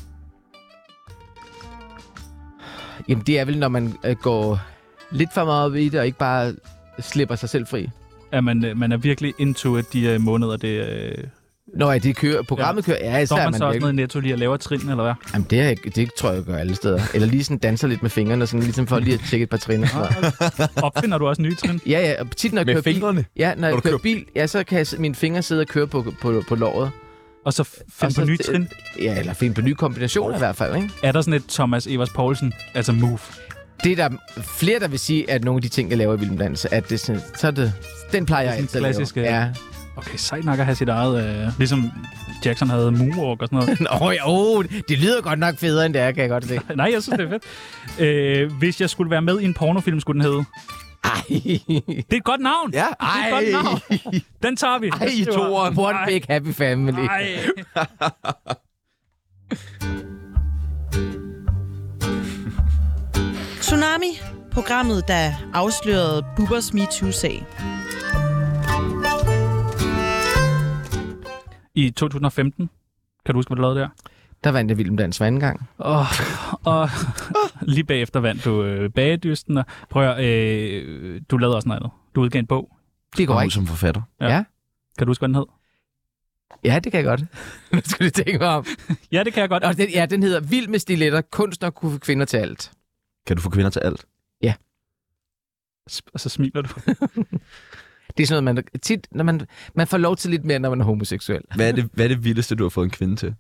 C: Jamen, det er vel, når man øh, går lidt for meget op i det, og ikke bare slipper sig selv fri.
B: at man, øh, man er virkelig into at de øh, måneder, det... Øh,
C: Når ja, det kører, programmet kører, ja,
B: så
C: især
B: er
C: man,
B: man så
C: man
B: også
C: virkelig.
B: noget i netto lige at lave trin, eller hvad?
C: Jamen, det, er, ikke- det tror jeg, jeg gør alle steder. Eller lige sådan danser lidt med fingrene, sådan ligesom for lige at tjekke et par trin. og sådan noget.
B: Opfinder du også nye trin?
C: Ja, ja, og tit når jeg
A: Med
C: kører bil,
A: fingrene.
C: ja, når
A: du
C: jeg kører
A: kører
C: bil, ja, så kan jeg, s- mine fingre sidde og køre på, på, på låret.
B: Og så f- finde
C: Og så-
B: på nye trin?
C: Ja, eller finde på nye kombinationer i hvert fald, ikke?
B: Er der sådan et Thomas Evers Poulsen, altså move?
C: Det er der flere, der vil sige, at nogle af de ting, jeg laver i Vilden Dans, at det er sådan, så er det, den plejer jeg
B: sådan
C: altid at lave.
B: klassiske-
C: Ja.
B: Okay, sejt nok at have sit eget... Øh, ligesom Jackson havde moonwalk og sådan noget.
C: Nå, ja, oh, det lyder godt nok federe, end det er, kan jeg godt se.
B: Nej, jeg synes, det er fedt. Øh, hvis jeg skulle være med i en pornofilm, skulle den hedde...
C: Ej.
B: Det er et godt navn!
A: Ja,
B: Det er et godt navn. Den tager vi.
A: Ej, i toeren.
C: One big happy family.
B: Nej.
F: Tsunami, programmet, der afslørede Bubbers MeToo-sag.
B: I 2015, kan du huske, hvad du lavede der?
C: Der vandt jeg Vilden Dans hver anden gang.
B: Og, og lige bagefter vandt du øh, bagedysten. Og, prøv at, høre, øh, du lavede også noget andet. Du udgav en bog.
C: Det går
A: Kom ud
C: ikke.
A: som forfatter.
B: Kan du huske, hvad den hed?
C: Ja, det kan jeg godt. Nu skal du tænke mig om.
B: Ja, det kan jeg godt.
C: Og den, ja, den hedder Vild med stiletter. Kunst nok kunne få kvinder til alt.
A: Kan du få kvinder til alt?
B: Og så smiler du.
C: Det er sådan noget, man tit, når man, man får lov til lidt mere, når man er homoseksuel.
A: Hvad er det, hvad er det vildeste, du har fået en kvinde til?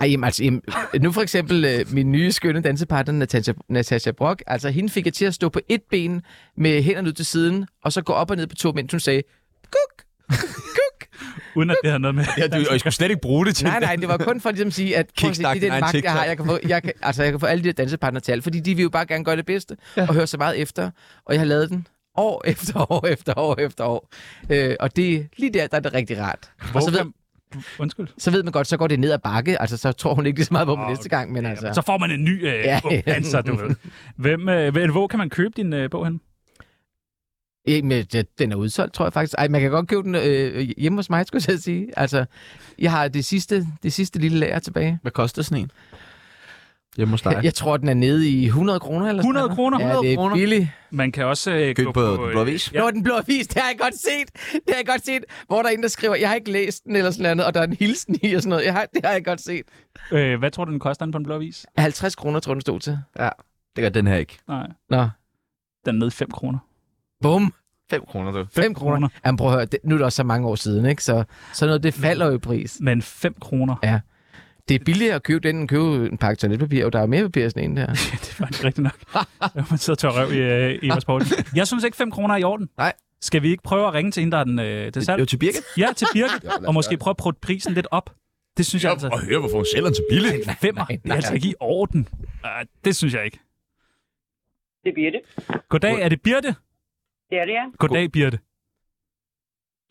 C: Ej, jamen, altså, jamen, nu for eksempel øh, min nye skønne dansepartner, Natasha, Natasha Brock, altså hende fik jeg til at stå på et ben med hænderne ud til siden, og så gå op og ned på to, mens hun sagde, kuk, kuk.
B: Uden at det har noget med...
A: Ja, du, og jeg skulle slet ikke bruge det til.
C: Nej, nej, det var kun for at ligesom, at sige, at prøv at se,
A: Kickstart
C: det er
A: din egen
C: den magt, jeg har.
A: TikTok.
C: Jeg kan, få, jeg, kan, altså, jeg kan få alle de her dansepartnere til alt, fordi de vil jo bare gerne gøre det bedste ja. og høre så meget efter. Og jeg har lavet den år efter år efter år efter år. Øh, og det lige der, der er det rigtig rart.
B: Hvor
C: og så ved,
B: kan- Undskyld.
C: så ved man godt, så går det ned ad bakke. Altså, så tror hun ikke lige så meget på dem næste gang, men altså...
B: Ja, så får man en ny øh,
C: Ja.
B: ja. danser, du ved. Hvem, øh, hvad- hvor kan man købe din øh, bog hen?
C: Ja, men det- den er udsolgt, tror jeg faktisk. Ej, man kan godt købe den øh, hjemme hos mig, skulle jeg til at sige. Altså, jeg har det sidste, det sidste lille lager tilbage.
A: Hvad koster sådan en? Hjemme hos dig.
C: Jeg, jeg tror, den er nede i 100 kroner eller
B: 100
C: sådan
B: kroner?
C: noget. Ja,
A: 100
C: det er
A: kroner.
C: billigt.
B: Man kan også øh,
A: Køb
B: gå
A: på Den
B: øh,
A: Blå Avis.
C: Ja. Nå, den blå avis, det har jeg godt set. Det har jeg godt set, hvor der er en, der skriver, jeg har ikke læst den eller sådan noget, og der er en hilsen i og sådan noget. Jeg har, det har jeg godt set.
B: Øh, hvad tror du, den koster den på en blå avis?
C: 50 kroner, tror jeg, den stod til.
A: Det gør den her ikke.
B: Nej,
C: Nå,
B: den er nede i 5 kroner.
C: bum.
A: 5 kroner, du.
C: 5 kroner.
B: kroner.
C: Jamen prøv at høre, det, nu er det også så mange år siden, ikke? Så sådan noget, det falder jo i pris.
B: Men 5 kroner,
C: Det er billigere at købe den, end at købe en pakke toiletpapir, og der er mere papir i sådan en der.
B: ja, det var ikke rigtigt nok. Så man sidder og tør røv i, øh, i Evers Poulsen. Jeg synes ikke, 5 kroner er i orden.
A: Nej.
B: Skal vi ikke prøve at ringe til hende, der er den, øh, det er salg?
A: Jo, til Birgit.
B: Ja, til Birgit, og måske prøve at prøve prisen lidt op. Det synes jeg altså.
A: Og høre, hvorfor hun sælger den så billigt.
B: En femmer, det er
C: nej.
B: altså ikke i orden. Uh, det synes jeg ikke.
G: Det bliver det.
B: Goddag, er det Birte?
G: Det er det, ja.
B: Goddag, Birte.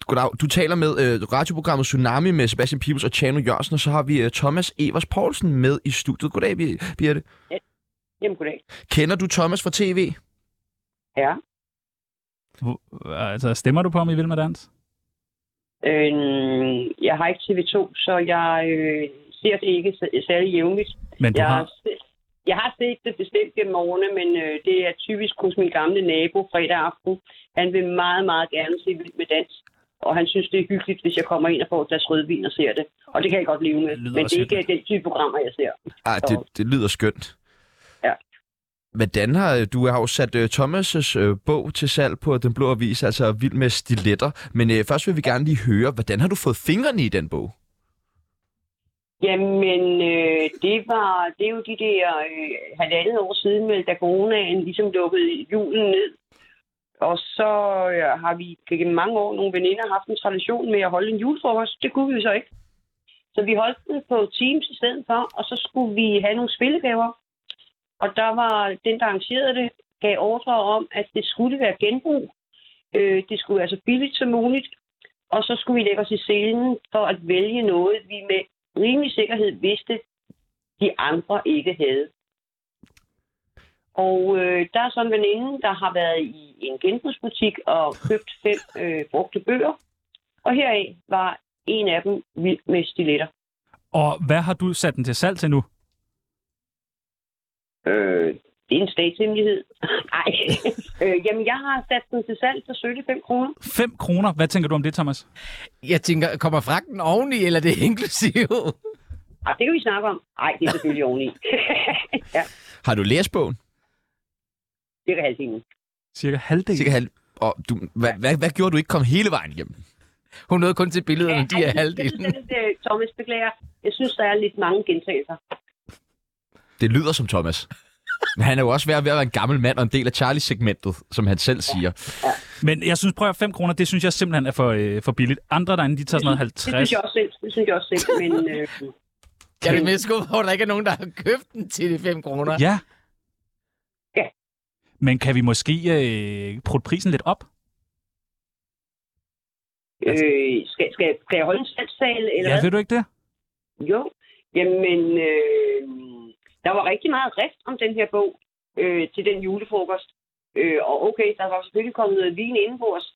A: Goddag. Du taler med øh, radioprogrammet Tsunami med Sebastian Pibels og Tjano Jørgensen, og så har vi øh, Thomas Evers Poulsen med i studiet. Goddag, Bir- Birte.
G: Jamen, goddag.
A: Kender du Thomas fra tv?
G: Ja.
B: Hvor- øh, Altså, stemmer du på, om I vil med dans?
G: Øh, jeg har ikke TV2, så jeg øh, ser det ikke s- særlig jævnligt.
B: Men du
G: Jeg,
B: har...
G: se- jeg har set det bestemt gennem årene, men øh, det er typisk hos min gamle nabo fredag aften. Han vil meget, meget gerne se Vild med Dans. Og han synes, det er hyggeligt, hvis jeg kommer ind og får et glas rødvin og ser det. Og det kan jeg godt leve med.
B: Det lyder
G: men det
B: også
G: er ikke den type programmer, jeg ser.
A: Ej, det,
G: Jo.
A: det lyder skønt.
G: Ja.
A: Hvordan har du har jo sat øh, Thomas' øh, bog til salg på Den Blå Avis, altså vild med stiletter. Men øh, først vil vi gerne lige høre, hvordan har du fået fingrene i den bog?
G: Jamen, øh, det var det er jo de der øh, halvandet år siden, vel, da coronaen ligesom lukkede julen ned. Og så øh, har vi gennem mange år nogle veninder haft en tradition med at holde en julefrokost. Det kunne vi jo så ikke. Så vi holdt den på Teams i stedet for, og så skulle vi have nogle spillegaver. Og der var den, der arrangerede det, gav ordre om, at det skulle være genbrug. Øh, det skulle være så billigt som muligt. Og så skulle vi lægge os i selen for at vælge noget, vi med rimelig sikkerhed vidste, de andre ikke havde. Og øh, der er sådan en veninde, der har været i en genbrugsbutik og købt fem øh, brugte bøger. Og heraf var en af dem vild med stiletter.
B: Og hvad har du sat den til salg til nu?
G: Øh, det er en statshemmelighed. Nej. øh, jamen, jeg har sat den til salg for 75 kroner.
B: 5 kroner. Hvad tænker du om det, Thomas?
C: Jeg tænker, kommer fragten oveni, eller det er inklusive?
G: Og det kan vi snakke om. Nej, det er selvfølgelig oveni. ja,
A: Har du læst bogen?
G: det er halvdelen.
B: Cirka halvdelen.
A: Cirka halv... Og du, hvad, hvad, hvad gjorde du ikke kom hele vejen hjem?
C: Hun nåede kun til billederne, de er
G: Ej, jeg synes,
C: halvdelen.
G: det er lidt, øh, Thomas, beklager. Jeg synes, der er lidt mange gentagelser.
A: Det lyder som Thomas. Men han er jo også ved at være en gammel mand og en del af Charlie-segmentet, som han selv siger.
B: Men jeg synes, prøv at 5 kroner, det synes jeg simpelthen er for, øh, for billigt. Andre derinde, de tager sådan noget
G: Det
B: 50.
G: synes jeg også selv. Det synes jeg også selv. Men øh,
B: Altså-
C: Jeg er det mest skuffet, hvor der ikke er nogen, der har købt den til de 5 kroner.
B: Ja.
G: Ja.
B: Men kan vi måske øh, prutte prisen lidt op?
G: øh, skal, skal, skal jeg holde en salgssal? Eller
B: Ja,
G: hvad?
B: ved du ikke det?
G: Jo. Jamen, øh, der var rigtig meget rift om den her bog øh, til den julefrokost. Øh, og okay, der var selvfølgelig kommet noget vin indenbords.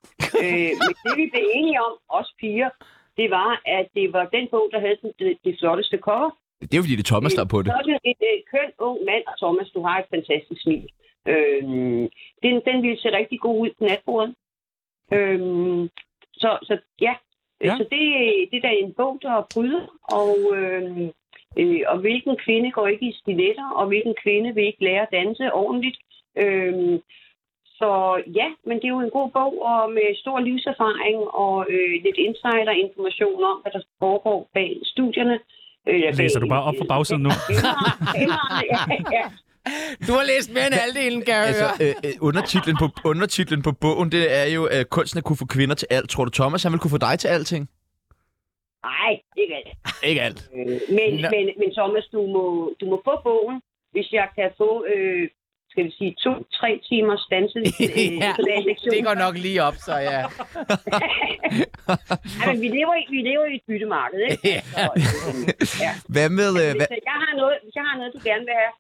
G: Øh, men det vi blev enige om, os piger, det var, at det var den bog, der havde den- det, det flotteste cover.
A: Det er jo fordi, det er Thomas, der er på det.
G: Sådan en øh, køn ung mand, og Thomas, du har et fantastisk smil. Øhm, den, den ville se rigtig god ud på natbordet. Øhm, så, så ja,
B: Ja.
G: ja. så det, det er da en bog, der bryder, og, øhm, øh, og hvilken kvinde går ikke i stiletter, og hvilken kvinde vil ikke lære at danse ordentligt. Øhm, så ja, men det er jo en god bog, og med stor livserfaring og øh, lidt insider-information om, hvad der foregår bag studierne. Øh,
B: Læser
G: bag-
B: du bare op fra bagsiden nu?
G: ja,
C: Du har læst mere end halvdelen, kan jeg
A: Altså,
C: høre.
A: øh, øh, undertitlen, på, undertitlen på bogen, det er jo, øh, kunsten at kunne få kvinder til alt. Tror du, Thomas, han vil kunne få dig til alting?
G: Nej, ikke alt.
A: Ikke alt.
G: Øh, Men,
C: Nå.
G: men, men Thomas, du må, du må få bogen, hvis jeg kan få øh, skal vi sige, to-tre timer stanset øh,
C: ja,
G: privatlektion.
C: det går nok lige op, så ja.
G: Altså, vi lever i, vi lever i et byttemarked, ikke?
C: Ja.
G: Så, øh, ja.
A: Hvad med... Øh, hvad?
G: Hvis jeg har noget, hvis jeg har noget, du gerne vil have,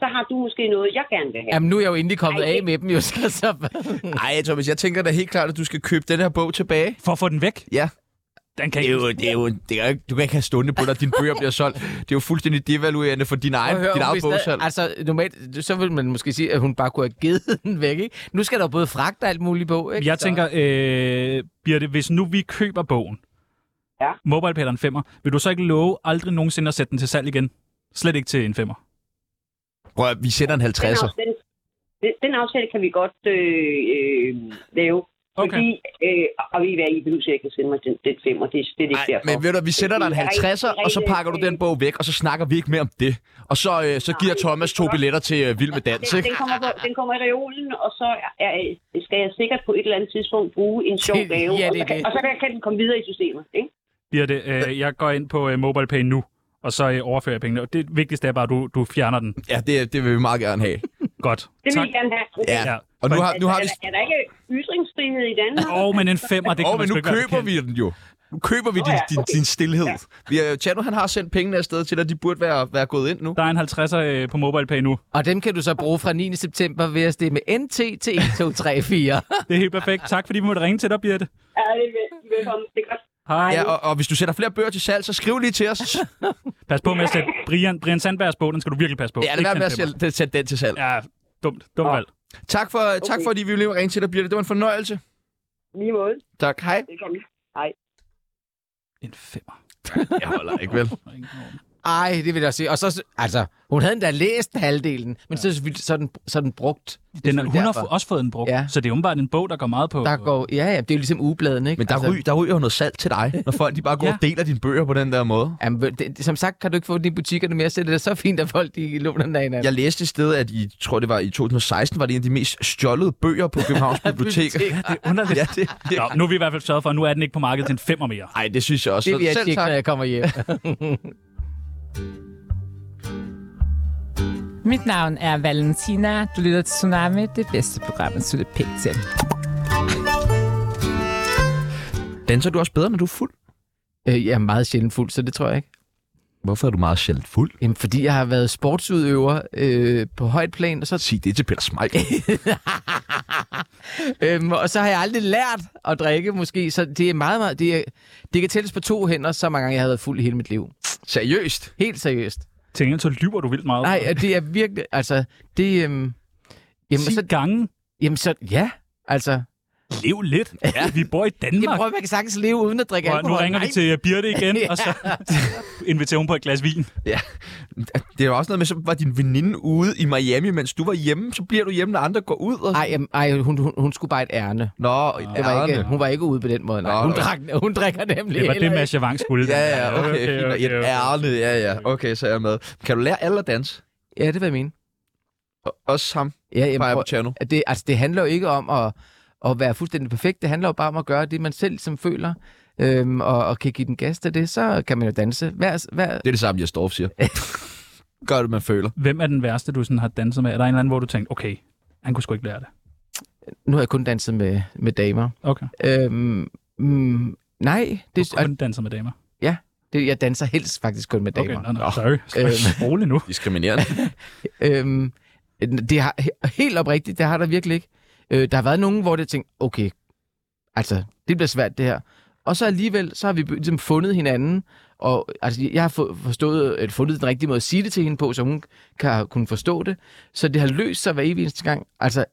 G: så har du måske noget, jeg gerne vil have.
C: Jamen, nu er jeg jo endelig kommet
G: Ej, det-
C: af med dem, jo. Så, så.
A: Ej, Thomas, jeg tænker da helt klart, at du skal købe den her bog tilbage.
B: For at få den væk?
A: Ja.
B: Den kan
A: Det er
B: ikke...
A: jo, det er jo, det er jo, ikke- du kan ikke have stående på dig, at dine bøger bliver solgt. Det er jo fuldstændig devaluerende for din egen,
C: Prøv at høre,
A: dit
C: hun
A: eget
C: vil stadig-
A: bogsalg.
C: Altså, normalt, så vil man måske sige, at hun bare kunne have givet den væk, ikke? Nu skal der jo både fragt og alt muligt på, ikke?
B: Jeg
C: Så-
B: tænker, øh, Birte, hvis nu vi køber bogen,
G: Ja.
B: Mobile Pattern 5'er, vil du så ikke love aldrig nogensinde at sætte den til salg igen? Slet ikke til en 5'er.
A: Prøv at, vi sender en
G: den,
A: 50'er.
G: aftale, den, den aftale kan vi godt øh, øh, lave.
B: Okay.
G: Fordi, øh, og vi er i behøver, jeg kan sende mig den, den femmer. Det, det er ikke
A: Ej,
G: derfor.
A: men ved du, vi sender dig en
G: Det er
A: 50'er,
G: rigtig,
A: og så
G: rigtig,
A: pakker du den
G: rigtig-
A: bog væk, og så snakker vi ikke mere om det. Og så, øh, så giver
G: Nej,
A: Thomas
G: det er
A: to
G: godt.
A: billetter til øh, Vild med Dans,
G: Den,
A: ikke?
G: den, kommer på, den kommer i reolen, og så er, er- skal jeg sikkert på et eller andet tidspunkt bruge en sjov
C: Det-
G: gave.
C: ja,
G: og,
C: det
G: så
C: er
G: kan,
C: det.
G: og så kan, kan den komme videre i systemet. Ikke?
B: Birte, øh, jeg går ind på øh, MobilePay nu, og så øh, overfører jeg pengene. Og det vigtigste er bare, at du, du fjerner den.
A: Ja, det, det vil vi meget gerne have.
B: Godt.
G: Det vil
B: tak.
G: jeg gerne have.
A: Ja. Og nu har, nu har vi...
G: er, der, er der ikke ytringsfrihed i Danmark?
B: Åh, oh, men en 5'er, det kan
A: Åh, oh, men
B: man sgu
A: nu
B: ikke være
A: køber
B: bekendt.
A: vi den jo. Nu køber vi
G: Nå
A: din,
G: ja,
A: din,
G: okay.
A: din stillhed. Vi, øh, Tjano, han har sendt pengene afsted til dig. De burde være, være gået ind nu.
B: Der er en 50'er øh, på MobilePay nu.
C: Og dem kan du så bruge fra 9. september ved at stemme NT til 1, 2, 3, 4.
B: Det er helt perfekt. Tak, fordi vi måtte ringe til dig, Birte.
G: Ja, det er vel- velkommen. Det er godt.
B: Hej.
A: Ja, og, og hvis du sætter flere bøger til salg, så skriv lige til os.
B: Pas på med at sætte Brian, Brian Sandbergs bog. Den skal du virkelig passe på.
A: Ja, lad
B: Ikke
A: være med
B: den
A: at
B: femmer.
A: sætte, sætte den til salg.
B: Ja, dumt. Dumt valg.
A: Tak, for, tak
G: Okay.
A: fordi vi ville ringe til dig, Birte. Det var en fornøjelse.
G: Lige måde.
A: Tak, hej.
G: Velkommen.
B: En 5'er.
A: Jeg holder ikke vel.
C: Ej, det vil jeg sige. Og så, altså, hun havde endda læst halvdelen, men så, er det selvfølgelig- så, er den, så er den brugt. Det er
B: Den er, hun
C: selvfølgelig
B: har
C: derfor.
B: få- også fået en brugt, ja.
C: Ja.
B: så det er åbenbart en bog, der går meget på.
C: Der går, ja, ja, det er jo ligesom ugebladen, ikke?
A: Men
G: Altså-
A: der, ryger, der ryger jo noget salg til dig, når folk de bare går
B: Ja.
A: og deler dine bøger på den der måde.
C: Jamen, det, det- som sagt kan du ikke få den i butikkerne mere, så det er så fint, at folk de låner den af hinanden.
A: Jeg læste et sted, at i, tror det var i 2016, var det en af de mest stjålede bøger på Københavns Bibliotek.
C: Bibliotek.
B: Det er underligt.
A: ja,
B: Ja.
A: det, det.
B: Nå, nu er vi i hvert fald sørget for, at nu er den ikke på markedet til en femmer mere.
A: Ej, det synes jeg også.
C: Det vil jeg
A: Så
C: tjekke, når jeg kommer hjem.
H: Mit navn er Valentina. Du lytter til Tsunami, det bedste program, at slutte pænt til.
A: Danser du også bedre, når du er fuld?
C: øh, jeg er meget sjældent fuld, så det tror jeg ikke.
A: Hvorfor er du meget sjældent fuld?
C: Jamen, fordi jeg har været sportsudøver øh, på højt plan, og så,
A: Sig det til Peter Smeichel.
C: øhm, og så har jeg aldrig lært at drikke, måske. Så det er meget, meget... Det, er, det kan tælles på to hænder, så mange gange jeg har været fuld i hele mit liv.
A: Seriøst?
C: Helt seriøst.
B: Til gengæld så lyver du vildt meget.
C: Nej, og det er virkelig... Altså, det... Øhm, jamen,
B: 10
C: så,
B: gange.
C: jamen, så... Ja, altså...
B: Lev lidt. Ja. Vi bor i
C: Jamen,
B: Danmark.
C: prøv, at- man kan sagtens leve uden at drikke
B: Prøv, at-
C: alkohol.
B: nu ringer vi
C: Nej.
B: til øh, Birte igen, og så inviterer hun på et glas vin.
A: Det er jo også noget med, så var din veninde ude i Miami, mens du var hjemme. Så bliver du hjemme, når andre går ud. Og...
C: Ej, jamen, ej hun, hun, hun skulle bare et ærne.
A: Nå,
C: Det var ikke, hun var ikke ude på den måde,
A: Nå,
C: nej. Hun,
A: nå.
C: drak, hun drikker nemlig
B: Det var det,
C: heller ikke.
B: Mads Javang skulle.
A: Ja, ja, okay. okay, okay, okay. Et ærne, ja, ja. Okay, så er jeg med. Kan du lære alle at danse?
C: Ja, det var min.
A: Og- Også ham,
C: Ja, jamen,
A: Paja
C: prøv,
A: Bucciano.
C: at det, altså, det handler jo ikke om at, at være fuldstændig perfekt. Det handler jo bare om at gøre det, man selv som føler, øhm, og, og kan give den gas til det. Så kan man jo danse. Hver, hver,
A: Det er det samme, jeg står siger. Gør det, man føler.
B: Hvem er den værste, du sådan har danset med? Er der en eller anden, hvor du tænkte, okay, han kunne sgu ikke lære det?
C: nu har jeg kun danset med, med damer.
B: Okay.
C: Øhm, mm, nej,
B: Det
C: det,
B: er kun danser med damer.
C: det, jeg danser helst faktisk kun med damer.
B: Okay, nå, nå, sorry.
C: Øhm.
B: Rolig nu.
A: Diskriminerende.
C: Øhm, det har, he- helt oprigtigt, det har der virkelig ikke. Øh, der har været nogen, hvor det tænkt, okay, altså, det bliver svært det her. Og så alligevel, så har vi be- ligesom fundet hinanden, og altså, jeg har få- forstået, at fundet den rigtige måde at sige det til hende på, så hun kan kunne forstå det. Så det har løst sig hver evig eneste gang. Altså,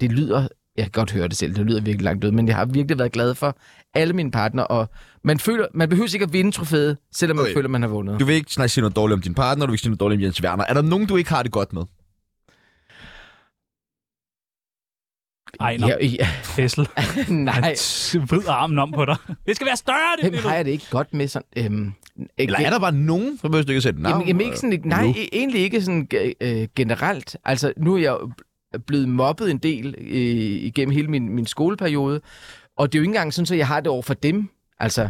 C: det lyder, jeg kan godt høre det selv, det lyder virkelig langt ud, men jeg har virkelig været glad for alle mine partner, og man, føler, man behøver ikke at vinde trofæet, selvom man
A: Okay.
C: føler, man har vundet.
A: Du vil ikke snakke sige noget dårligt om din partner, du vil ikke sige noget dårligt om Jens Werner. Er der nogen, du ikke har det godt med?
B: Ej, nå.
C: ja, ja,
B: Hessel.
C: nej.
B: Han t- vrider armen om på dig. Det skal være større, det
C: Hvem
B: billede.
C: har jeg det ikke godt med sådan... Øhm,
A: Eller er der bare nogen, som behøver du ikke at sætte
C: Jamen,
A: navn? øh,
C: jamen, ikke sådan, ikke- nej,
A: nu?
C: e- egentlig ikke sådan ge- øh, generelt. Altså, nu er jeg jo blevet mobbet en del øh, igennem hele min, min skoleperiode, og det er jo ikke engang sådan, at jeg har det over for dem. Altså,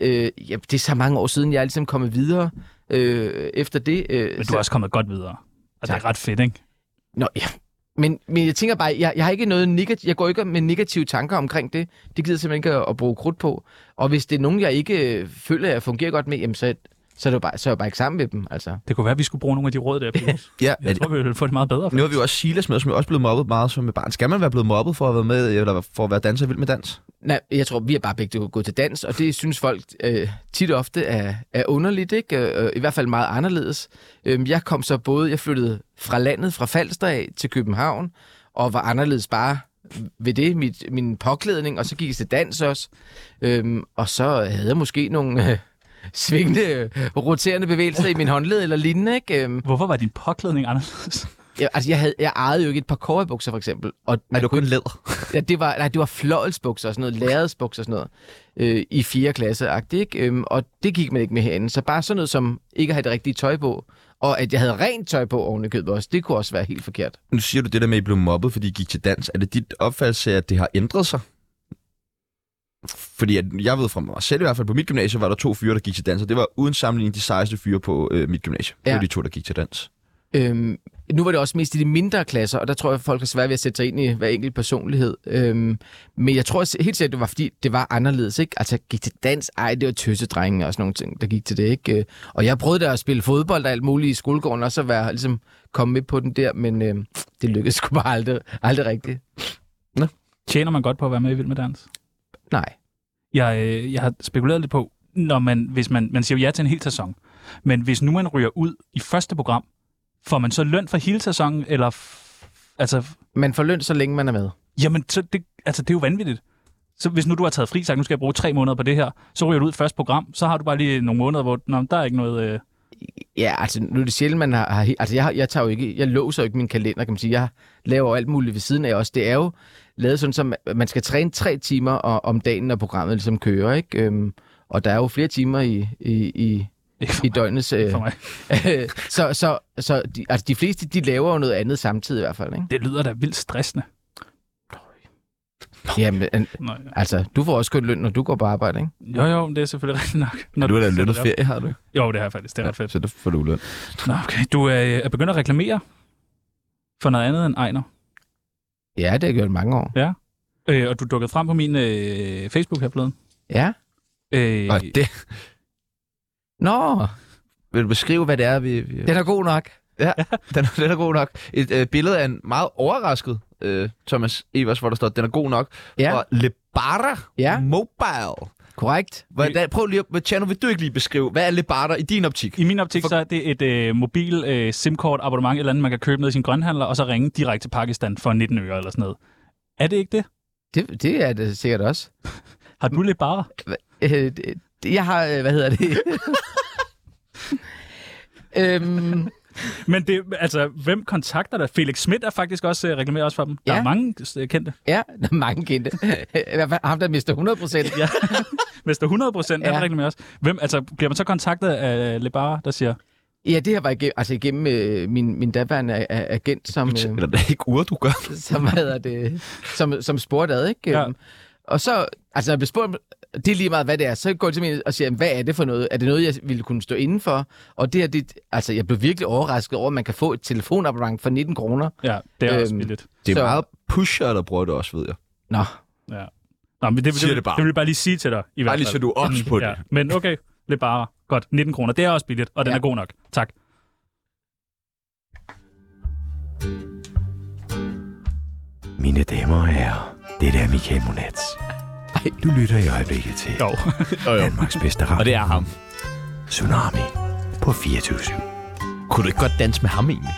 C: øh, ja, det er så mange år siden, jeg er ligesom kommet videre øh, efter det. Øh,
B: Men du
C: så-
B: er også kommet godt videre. Og det er
C: Tak.
B: ret fedt, ikke?
C: Nå, ja. Men, men jeg tænker bare, jeg, jeg har ikke noget negativ, jeg går ikke med negative tanker omkring det. Det gider jeg simpelthen ikke at, at bruge krudt på. Og hvis det er nogen, jeg ikke øh, føler, jeg fungerer godt med, jamen så, så, er det jo bare, så er jeg bare ikke sammen med dem. Altså.
B: Det kunne være, at vi skulle bruge nogle af de råd der. Pius.
A: Ja,
B: Jeg tror, vi ville få det meget bedre.
A: nu har vi jo også Silas med, som jo også blevet mobbet meget som et barn. Skal man være blevet mobbet for at være med, eller for at være danser i vild med dans?
C: Nej, jeg tror, vi er bare begge gået til dans, og det synes folk øh, tit og ofte er, er underligt, ikke? Øh, I hvert fald meget anderledes. Øhm, jeg kom så både, jeg flyttede fra landet, fra Falster af til København, og var anderledes bare ved det, mit, min påklædning, og så gik jeg til dans også. Øhm, og så havde jeg måske nogle øh, svingende, øh, roterende bevægelser i min håndled eller lignende, ikke? Øhm,
B: Hvorfor var din påklædning anderledes?
C: jeg, altså, jeg, havde, jeg ejede jo ikke et par cowboybukser, for eksempel. Og
A: Nej, det var kun læder.
C: Ja, det var, nej, det var fløjelsbukser og sådan noget, lærredsbukser og sådan noget, øh, i 4. klasse ikke? Øhm, og det gik man ikke med herinde. Så bare sådan noget som ikke at have det rigtige tøj på, og at jeg havde rent tøj på oven i købet også, det kunne også være helt forkert.
A: Nu siger du det der med, at I blev mobbet, fordi I gik til dans. Er det dit opfattelse, at det har ændret sig? Fordi at, jeg ved fra mig selv i hvert fald, på mit gymnasie var der to fyre, der gik til dans, og det var uden sammenligning de sejeste fyre på øh, mit gymnasie. Ja. Det
C: Ja.
A: var de to, der gik til dans.
C: Øhm, nu var det også mest i de mindre klasser, og der tror jeg, at folk har svært ved at sætte sig ind i hver enkelt personlighed. Øhm, men jeg tror også helt sikkert, det var fordi, det var anderledes. Ikke? Altså, jeg gik til dans, ej, det var tøsedrenge og sådan nogle ting, der gik til det. ikke. Øh, Og jeg prøvede da at spille fodbold og alt muligt i skolegården, også at være, ligesom, komme med på den der, men øhm, det lykkedes sgu bare aldrig, aldrig rigtigt.
B: Tjener man godt på at være med i Vild Med Dans?
C: Nej.
B: Jeg, øh, jeg har spekuleret lidt på, når man, hvis man, man siger jo ja til en hel sæson, men hvis nu man ryger ud i første program, får man så løn for hele sæsonen, eller... F- altså,
C: Man får løn, så længe man er med.
B: Jamen, så det, altså, det er jo vanvittigt. Så hvis nu du har taget fri, sagt, nu skal jeg bruge tre måneder på det her, så ryger du ud i første program, så har du bare lige nogle måneder, hvor Nå, men der er ikke noget... Øh...
C: Ja, altså nu er det sjældent, man har... har he- altså jeg, har- jeg, tager jo ikke, jeg låser jo ikke min kalender, kan man sige. Jeg laver jo alt muligt ved siden af også. Det er jo lavet sådan, som at man skal træne tre timer og, om dagen, når programmet ligesom kører, ikke? Øhm, og der er jo flere timer i, i, i,
B: Ikke for
C: i
B: mig.
C: døgnets... Øh,
B: Ikke for mig.
C: så så, så de, altså, de fleste, de laver jo noget andet samtidig i hvert fald, ikke?
B: Det lyder da vildt stressende.
C: Jamen, an-
B: Nå,
C: altså, du får også kun løn, når du går på arbejde, ikke?
B: jo, jo, men det er selvfølgelig rigtigt nok. Når sætter det op.
A: har du
B: Jo, det har jeg faktisk. Det er ret fedt.
A: Så der får du løn.
B: Nå, okay. Du øh, er begyndt at reklamere for noget andet end Ejner.
C: Ja, det har jeg gjort i mange år.
B: Øh, og du dukkede frem på min øh, Facebook her forleden.
C: Ja.
B: Øh,
A: Og det,
C: Nå,
A: vil du beskrive, hvad det er, vi... vi...
C: den er god nok.
A: Den, er- den er god nok. Et øh, billede af en meget overrasket øh, Thomas Evers, hvor der står, den er god nok.
C: Ja.
A: Og Lebara
C: Ja.
A: Mobile.
C: Korrekt.
A: Hvordan, prøv lige at... Tjerno, vil du ikke lige beskrive, hvad er Lebara i din optik?
B: I min optik så er det et øh, mobil øh, simkort abonnement, et eller andet, man kan købe med i sin grønhandler, og så ringe direkte til Pakistan for 19 øre eller sådan noget. Er det ikke det?
C: Det, det er det sikkert også.
B: Har du lidt bare?
C: Øh, det- jeg har, øh, hvad hedder det? øhm,
B: Men det, altså, hvem kontakter dig? Felix Schmidt er faktisk også øh, reklameret også for dem. Der
C: Ja.
B: er mange øh, kendte.
C: ja, der er mange kendte. I hvert fald ham, der mister 100 procent.
B: Ja. Hvis der er 100 procent, ja.
C: Ja.
B: reklamerer også. Hvem, altså, bliver man så kontaktet af Lebara, der siger,
C: Ja, det her var igennem, altså igennem øh, min, min daværende øh, agent, som, øh,
A: Eller det er ikke ur, du gør.
C: som, hvad hedder det, som, som spurgte ad, ikke?
B: Ja.
C: Øhm, Og så, altså når jeg blev spurgt, det er lige meget, hvad det er, så går jeg til mig og siger, hvad er det for noget? Er det noget, jeg ville kunne stå indenfor? Og det her, det, altså jeg blev virkelig overrasket over, at man kan få et telefonabonnement for 19 kroner.
B: ja, det er øhm, også
C: Øhm,
B: billigt.
A: Det er
C: Så-
A: meget pusher, der bruger det også, ved jeg.
C: Nå,
B: Nå, men det, det,
A: siger
B: det,
A: det bare.
B: det vil jeg bare lige sige til dig. I hvert
A: Bare
B: fald.
A: lige så du er ops på det.
B: Ja. Men okay, Lebara. Godt, 19 kroner. Det er også billigt, og den ja.
C: Ja.
B: er god nok. Tak.
E: Mine damer og herrer, det er Michael Monats. Du lytter i øjeblikket til
B: Jo.
E: Danmarks bedste radio.
A: Og det er ham.
E: Tsunami på 24
A: Kunne du ikke godt danse med ham egentlig?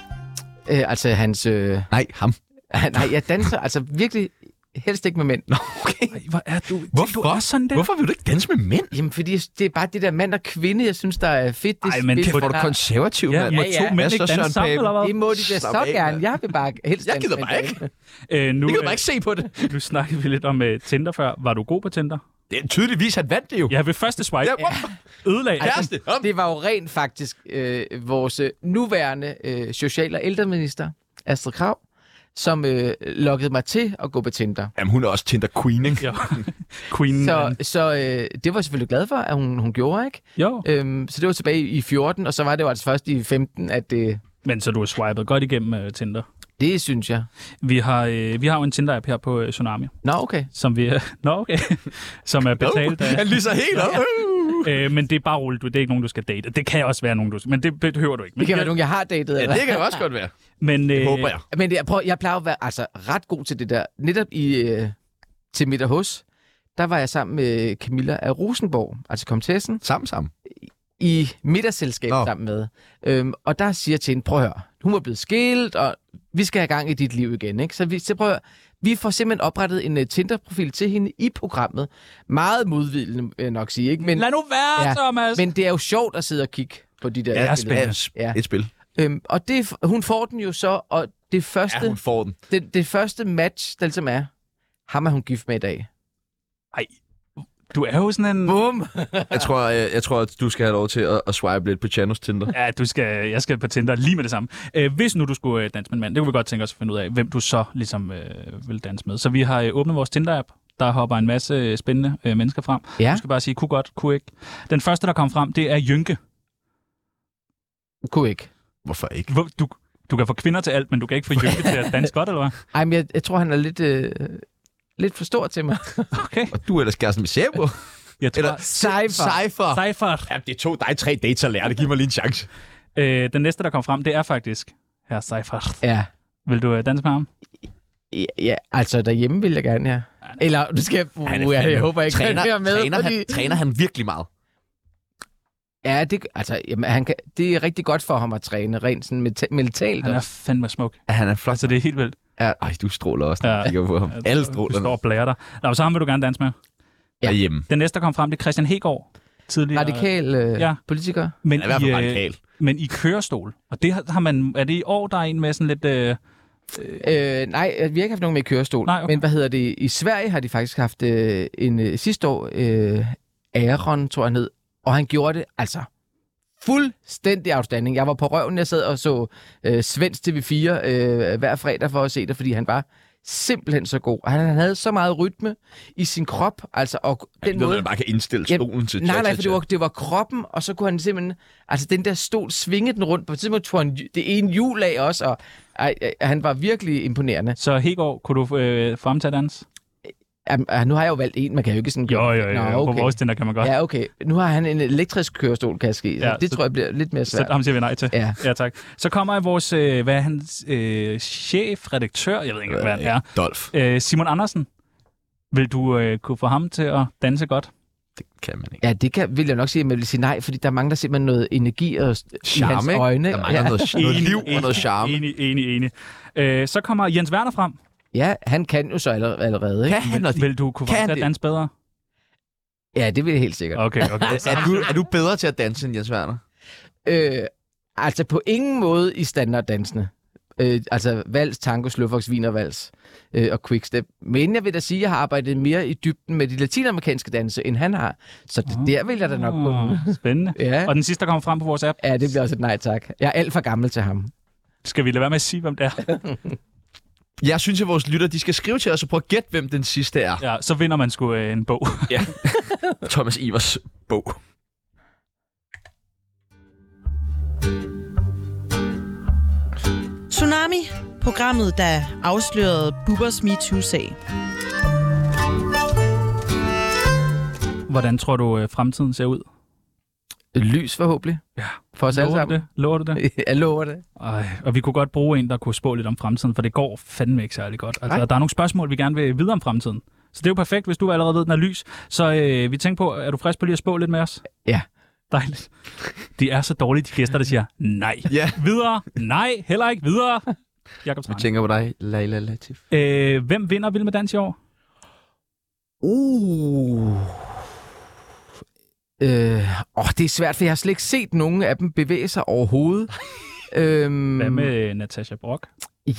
C: øh, altså hans... Øh,
A: Nej, ham.
C: Nej, jeg danser altså virkelig helst ikke med mænd.
A: Nå, okay.
B: Ej, hvor er du?
A: Hvorfor?
B: Du er også sådan der?
A: Hvorfor vil du ikke danse med mænd?
C: Jamen, fordi jeg- det er bare det der mand og kvinde, jeg synes, der er fedt. Det
B: Ej, men
C: fedt,
B: kæft,
A: Hvor er du
C: der-
A: konservativ,
B: Ja,
A: mand?
B: må
C: Ja,
B: to
C: ja.
B: mænd
A: Hvad
B: ikke
A: så, Søren
B: danse sammen,
A: Pape?
B: eller hvad?
C: Det må de da
A: Slap
C: så
A: af,
C: gerne.
A: mand.
C: Jeg vil bare helst
A: Jeg
C: danse
A: gider
C: med
A: bare
C: en
A: ikke.
C: mand.
B: Øh, nu,
A: Det kan du
B: øh,
A: bare ikke se på det.
B: nu snakkede vi lidt om uh, Tinder før. Var du god på Tinder?
A: Det er tydeligvis, han vandt det jo.
B: Ja, ved første swipe.
A: Ja,
B: Ja.
A: hvorfor?
B: Ødelag.
A: Kæreste, om.
C: Det var jo rent faktisk øh, vores øh, nuværende øh, social- og ældreminister, Astrid Krav, som øh, lokkede mig til at gå på Tinder.
A: Jamen, hun er også Tinder Queen, ikke?
B: Ja.
A: Mm.
B: Queen.
C: Så, så øh, det var jeg selvfølgelig glad for, at hun, hun gjorde, ikke?
B: Jo,
C: Øhm, så det var tilbage i 14, og så var det jo altså først i 15, at det...
B: men så du har swipet godt igennem uh, Tinder.
C: Det synes jeg.
B: Vi har, øh, vi har jo en Tinder-app her på øh, Tsunami,
C: Nå, okay.
B: som vi... Nå, okay. som er betalt af...
A: Han lyser helt op.
B: Øh, men det er bare roligt, du- det er ikke nogen, du skal date. Det kan også være nogen, du skal, men det behøver du ikke. Men,
C: Det kan være nogen, jeg har datet.
A: Ja,
C: eller?
A: det kan også godt være.
B: men, øh,
A: Det håber jeg.
C: Men jeg, prøver, jeg plejer at være altså, ret god til det der. Netop i, øh, til middag hos, der var jeg sammen med Camilla af Rosenborg, altså komtessen,
A: Sammen sammen.
C: i middagsselskab
A: Nå.
C: oh. sammen med. Øhm, og der siger jeg til hende, prøv at høre, hun var blevet skilt, og vi skal have gang i dit liv igen. Ikke? Så, vi, så prøv at høre, vi får simpelthen oprettet en uh, Tinder-profil til hende i programmet. Meget modvilende, øh, nok sige. Ikke? Men,
B: Lad nu være,
C: Ja,
B: ja, Thomas! Men,
C: men det er jo sjovt at sidde og kigge på de der...
A: Ja,
C: billeder.
A: spil. Ja.
C: Ja.
A: Et spil.
C: Øhm, og det, hun får den jo så, og det første...
A: Ja, hun får den.
C: det, det første match, der ligesom er, ham er hun gift med i dag.
B: du er jo sådan en...
C: Bum!
A: Jeg tror, øh, jeg, jeg tror, at du skal have lov til at, at swipe lidt på Chanos Tinder.
B: Ja, du skal, jeg skal på Tinder lige med det samme. Øh, hvis nu du skulle øh, danse med en mand, det kunne vi godt tænke os at finde ud af, hvem du så ligesom øh, vil danse med. Så vi har øh, åbnet vores Tinder-app. Der hopper en masse øh, spændende øh, mennesker frem.
C: Ja.
B: Du skal bare sige, kunne godt, kunne ikke. Den første, der kom frem, det er Jynke.
C: Kunne ikke.
A: Hvorfor ikke?
B: Hvor- Du, du kan få kvinder til alt, men du kan ikke få Jynke til at danse godt, eller hvad?
C: Ej, men jeg, jeg tror, han er lidt, øh, lidt for stor til mig.
B: Okay.
A: Og du er ellers kæresten med Sebo.
B: Jeg tror,
A: Eller
B: Eller...
C: Cypher.
A: Cypher.
B: Seifert.
A: Ja, det tog dig tre dates at lære det. Giv mig lige en chance.
B: Øh, den næste, der kom frem, det er faktisk herr Seifert.
C: Ja.
B: Vil du øh, danse med ham?
C: ja. Ja, altså derhjemme vil jeg gerne, ja. Eller, nu skal jeg... Uh,
A: Han er
C: jeg,
A: fandme-
C: jeg håber ikke,
A: træner,
C: han er med,
A: træner,
C: fordi...
A: han, træner han virkelig meget.
C: Ja, det, altså, jamen, han kan, det er rigtig godt for ham at træne, rent sådan meta- mentalt.
B: Han er
C: også.
B: fandme smuk.
A: Ja, Han er flot.
B: Altså, det er helt vildt.
A: Ja, ej, du stråler også, når
B: Ja.
A: ja. kigger på ham.
B: Ja,
A: Alle
B: Du
A: strålerne
B: står og blærer dig. Nå, så ham vil du gerne danse med.
A: ja. er hjemme.
B: Den næste, der kom frem, det er Christian Hegård. Tidligere,
C: Radikal øh,
B: Ja.
C: ja. politiker.
B: men,
A: Han er i hvert fald
B: øh,
A: radikal.
B: men i kørestol. Og det har har man, er det i år, der er en med sådan lidt... Øh,
C: Øh, nej, vi har ikke haft nogen med i kørestol.
B: Nej, okay.
C: Men hvad hedder det? I Sverige har de faktisk haft øh, en øh, sidste år, øh, Aaron, tror jeg han hed, og han gjorde det altså fuldstændig afstanding. Jeg var på røven, jeg sad og så øh, Svens TV4 øh, hver fredag for at se det, fordi han var simpelthen så god. Han, han havde så meget rytme i sin krop, altså, og den
A: Ved,
C: måde...
A: man bare kan indstille
C: Jamen,
A: stolen til
C: Nej, nej,
A: cha-cha-cha.
C: for det var, det var kroppen, og så kunne han simpelthen... Altså, den der stol svingede den rundt. På et tidspunkt tog han det ene hjul af også, og ej, ej, han var virkelig imponerende.
B: så Hegård, kunne du øh, få ham til at danse?
C: Jamen, ah, nu har jeg jo valgt en, man kan jo ikke sådan...
B: Jo, jo, jo.
C: Nå,
B: På
C: okay.
B: vores Tinder kan man godt.
C: Ja, okay. Nu har han en elektrisk kørestol, kan jeg ske.
B: Ja,
C: Ja, det
B: så-
C: tror jeg bliver lidt mere
B: Så
C: svært.
B: ham siger vi nej til.
C: Ja.
B: ja tak. Så kommer vores, øh, hvad er hans øh, chef, redaktør, jeg ved ikke, hvad han er,
A: Dolf.
B: øh, Simon Andersen. Vil du øh, kunne få ham til at danse godt?
A: Det kan man ikke.
C: Ja, det kan, vil jeg nok sige, at man vil sige nej, fordi der mangler simpelthen noget energi og i hans
A: Charme, ikke?
C: øjne.
A: Der mangler
C: ja.
A: noget, noget liv og noget charme.
B: Enig, enig, enig. Øh, så kommer Jens Werner frem.
C: ja, han kan jo så allerede, allerede ikke?
A: Kan han, når de...
B: Vil du kunne få
A: Kan
B: ham til at
A: det?
B: danse bedre?
C: Ja, det vil jeg helt sikkert.
B: Okay, okay.
A: Er du, er du bedre til at danse end Jens Werner?
C: Øh, altså på ingen måde i standarddansene. Øh, altså vals, tango, sløfox, wienervals øh, og quickstep. Men jeg vil da sige, at jeg har arbejdet mere i dybden med de latinamerikanske danse, end han har. Så det, der vil jeg da nok kunne.
B: Åh, Spændende.
C: Ja.
B: Og den sidste, der kommer frem på vores app,
C: Ja, det bliver også et nej tak. Jeg er alt for gammel til ham.
B: skal vi lade være med at sige, hvem det er.
A: Jeg synes, at vores lytter de skal skrive til os og prøve at gætte, hvem den sidste er.
B: Ja, så vinder man sgu øh, en bog.
A: Thomas Ivers bog.
F: Tsunami, programmet, der afslørede Bubbers MeToo-sag.
B: Hvordan tror du, øh, fremtiden ser ud?
C: Lys forhåbentlig.
B: Ja.
C: For os alle
B: Lover du
C: sammen.
B: det? Lover du det?
C: Jeg lover det.
B: Ej, og vi kunne godt bruge en, der kunne spå lidt om fremtiden, for det går fandme ikke særlig godt. Altså,
C: Nej.
B: der er nogle spørgsmål, vi gerne vil vide om fremtiden. Så det er jo perfekt, hvis du allerede ved, den er lys. Så øh, vi tænker på, er du frisk på lige at spå lidt med os?
C: Ja.
B: Dejligt. Det er så dårligt, de gæster, der siger nej.
A: Ja.
B: Videre. Nej, heller ikke videre.
A: Vi
B: Jakob Strange.
A: tænker på dig, Leila Latif.
B: Øh, hvem vinder Vild med Dans i år?
C: Uh. Øh, åh, det er svært, for jeg har slet ikke set nogen af dem bevæge sig overhovedet. øhm,
B: Hvad med mm. Natasha Brock?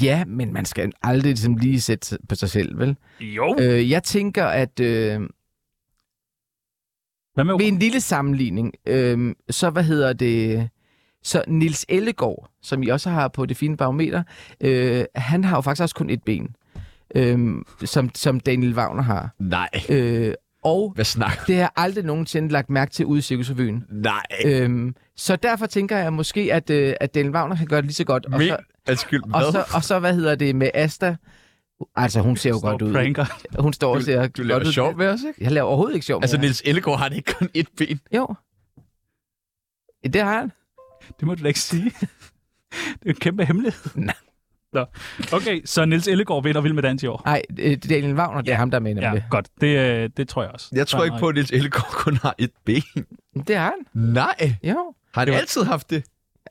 C: Ja, men man skal aldrig ligesom lige sætte sig på sig selv, vel?
B: Jo.
C: Øh, jeg tænker, at øh,
B: Hvad med
C: ved en lille sammenligning, øh, så hvad hedder det... Så Nils Ellegaard, som I også har på det fine barometer, øh, han har jo faktisk også kun et ben, øh, som, som Daniel Wagner har.
A: Nej.
C: Øh, og
A: Hvad snakker
C: det har jeg aldrig nogensinde lagt mærke til ude i Cirkusrevyen.
A: Nej.
C: Øhm, så derfor tænker jeg måske, at, øh, at Daniel Wagner kan gøre det lige så godt. Og
A: Men-
C: så,
A: Undskyld,
C: Og
A: hvad?
C: så, og så, hvad hedder det, med Asta. Altså, hun ser jo godt ud. ikke?
B: Pranker.
C: Hun står og ser
A: Du laver
C: godt ud.
A: sjov med os, ikke?
C: Jeg laver overhovedet ikke sjov med
A: Altså,
C: jer.
A: Nils Ellegaard har det ikke kun ét ben.
C: Jo. Det har han.
B: Det må du da ikke sige. Det er en kæmpe hemmelighed.
C: Nej.
B: Nå. Okay, så Niels Ellegaard vinder Vild med Dans i år.
C: Nej, øh, det er Daniel Wagner, det er ham, der er med i
B: Ja,
C: det.
B: godt. Det, øh, det tror jeg også.
A: Jeg tror ikke på, at Nils Ellegaard kun har et ben.
C: Det har han,
A: Nej. Altså-
C: jo.
A: Har han
C: Det var-
A: altid haft det?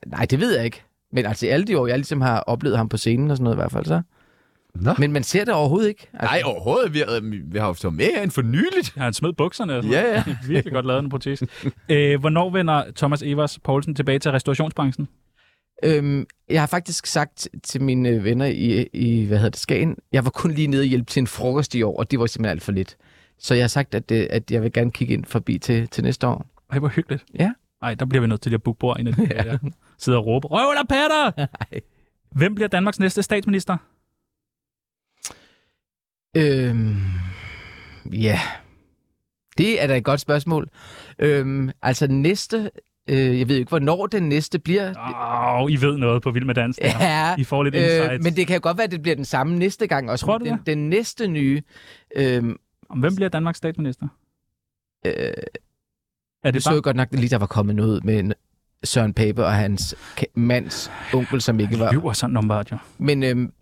C: Nej, det ved jeg ikke. Men altså i alle de år, jeg ligesom har oplevet ham på scenen og sådan noget i hvert fald, så.
A: Nå.
C: Men man ser det overhovedet ikke. Altså,
A: Nej, overhovedet. Vi har, vi har haft ham med herinde for nyligt.
B: Ja, han smed bukserne. og sådan
A: Ja, ja.
B: noget. Virkelig godt lavet en protese. Æ, hvornår vender Thomas Evers Poulsen tilbage til restaurationsbranchen?
C: Øhm, jeg har faktisk sagt til mine øh, venner i, i, hvad hedder det, Skagen, jeg var kun lige nede og hjælpe til en frokost i år, og det var simpelthen alt for lidt. Så jeg har sagt, at, øh, at jeg vil gerne kigge ind forbi til, til næste år.
B: Ej, hvor hyggeligt.
C: Ja.
B: Nej, der bliver vi nødt til at booke bord, inden de ja. sidder og råber, Røv eller patter! Hvem bliver Danmarks næste statsminister?
C: Øhm, ja, det er da et godt spørgsmål. Øhm, altså næste, øh, jeg ved ikke, hvornår den næste bliver.
B: Åh, oh, I ved noget på Vild med Dans. der.
C: Ja,
B: I får lidt insight.
C: øh, men det kan jo godt være, at det bliver den samme næste gang også.
B: Tror du
C: den,
B: det?
C: den næste nye, øhm,
B: Hvem bliver Danmarks statsminister?
C: øh,
B: Er
C: det
B: det
C: så
B: bare
C: jeg godt nok lige, der var kommet noget ud med en Søren Pape og hans ka- mands onkel, som ikke var...
B: lyver sådan om radio?
C: Men øhm,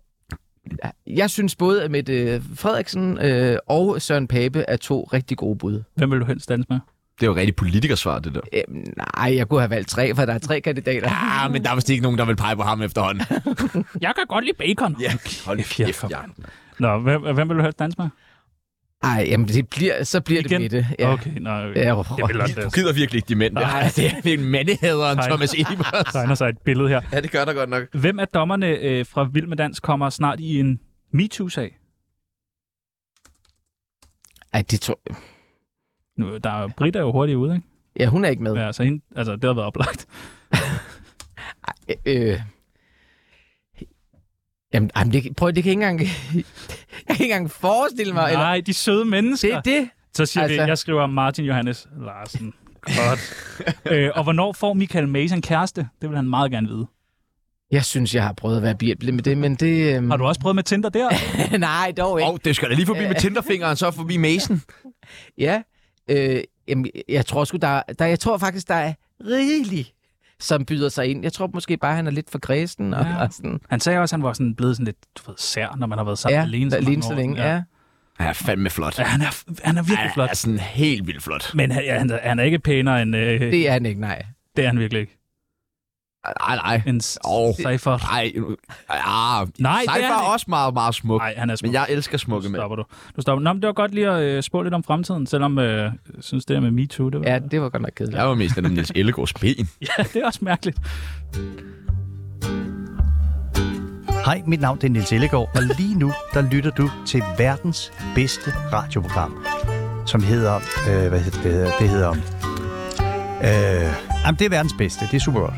C: jeg synes både, at Mette øh, Frederiksen øh, og Søren Pape er to rigtig gode bud.
B: Hvem vil du helst danse med?
A: Det er jo rigtig politikersvar, det der.
C: Øhm, nej, jeg kunne have valgt tre, for der er tre kandidater.
A: Ah, men der er vist ikke nogen, der vil pege på ham efterhånden.
B: Jeg kan godt lide bacon.
A: Ja, hold
B: Kæft, jeg er
A: kæft,
B: for-
A: ja.
B: Nå, hvem, hvem vil du helst danse med?
C: Ej, jamen det bliver, så bliver
B: Igen?
C: det Mette. Ja.
B: Okay, nej.
C: Ja,
B: Jeg
C: hvor-
B: vil også
A: Du gider virkelig ikke de mænd der.
C: Nej.
A: det er virkelig mandehæderen
B: Nej.
A: Thomas Ebers.
B: tegner sig et billede her.
A: Ja, det gør der godt nok.
B: Hvem af dommerne øh, fra Vild med Dans kommer snart i en MeToo-sag?
C: Ej, det tror
B: Nu, der er, Britta er jo hurtigt ude, ikke?
C: Ja, hun er ikke med.
B: Ja, så hende, altså, det har været oplagt.
C: Øh, jamen, jamen det, prøv, det kan jeg ikke engang, jeg kan ikke engang forestille mig. Eller,
B: Nej, de søde mennesker.
C: det er det.
B: Så siger altså...
C: Altså-
B: vi, jeg skriver Martin Johannes Larsen. Godt. øh, og hvornår får Michael Mason kæreste? Det vil han meget gerne vide.
C: Jeg synes, jeg har prøvet at være behjælpelig med det, men det... Øhm,
B: Har du også prøvet med Tinder der?
C: nej, dog ikke.
A: Og det skal da lige forbi med Tinderfingeren, så forbi Mason.
C: Ja, øh, jamen, jeg tror sgu, der, er- der, jeg tror faktisk, der er rigeligt, som byder sig ind. Jeg tror måske bare, han er lidt for kredsen. Og,
B: Ja.
C: ja. og sådan,
B: Han sagde også, at han var sådan blevet sådan lidt du ved, sær, når man har været sammen
C: ja,
B: alene.
C: der-
B: mange
C: alene så
B: år.
C: længe.
B: Ja.
C: Ja.
A: Han er fandme flot.
B: Ja, han, er, han er virkelig flot.
A: Han er sådan helt vildt flot.
B: Men han, ja, han, er- han er ikke pænere end... Øh, det...
C: Det er han ikke, nej.
B: er han virkelig ikke.
A: Nej, nej.
B: En
A: Åh.
B: oh. Seifert.
A: Nej, nu- ah,
B: Nej, det er
A: Seif
B: han
A: var
B: ikke.
A: også meget, meget smuk.
B: Nej, han er smuk.
A: Men jeg elsker smukke
B: nu
A: mænd.
B: stopper du. Du stopper. Nå, men det var godt lige at øh, spå lidt om fremtiden, selvom øh, jeg synes, det der med MeToo, det var...
C: Ja, det var godt nok kedeligt.
A: Jeg var mest af dem Niels Ellegaards ben.
B: ja, det er også mærkeligt.
I: Hej, mit navn er Nils Ellegaard, og lige nu der lytter du til verdens bedste radioprogram, som hedder... Øh, hvad hedder det? hedder- Det hedder... Øh, jamen, det er verdens bedste. Det er super godt.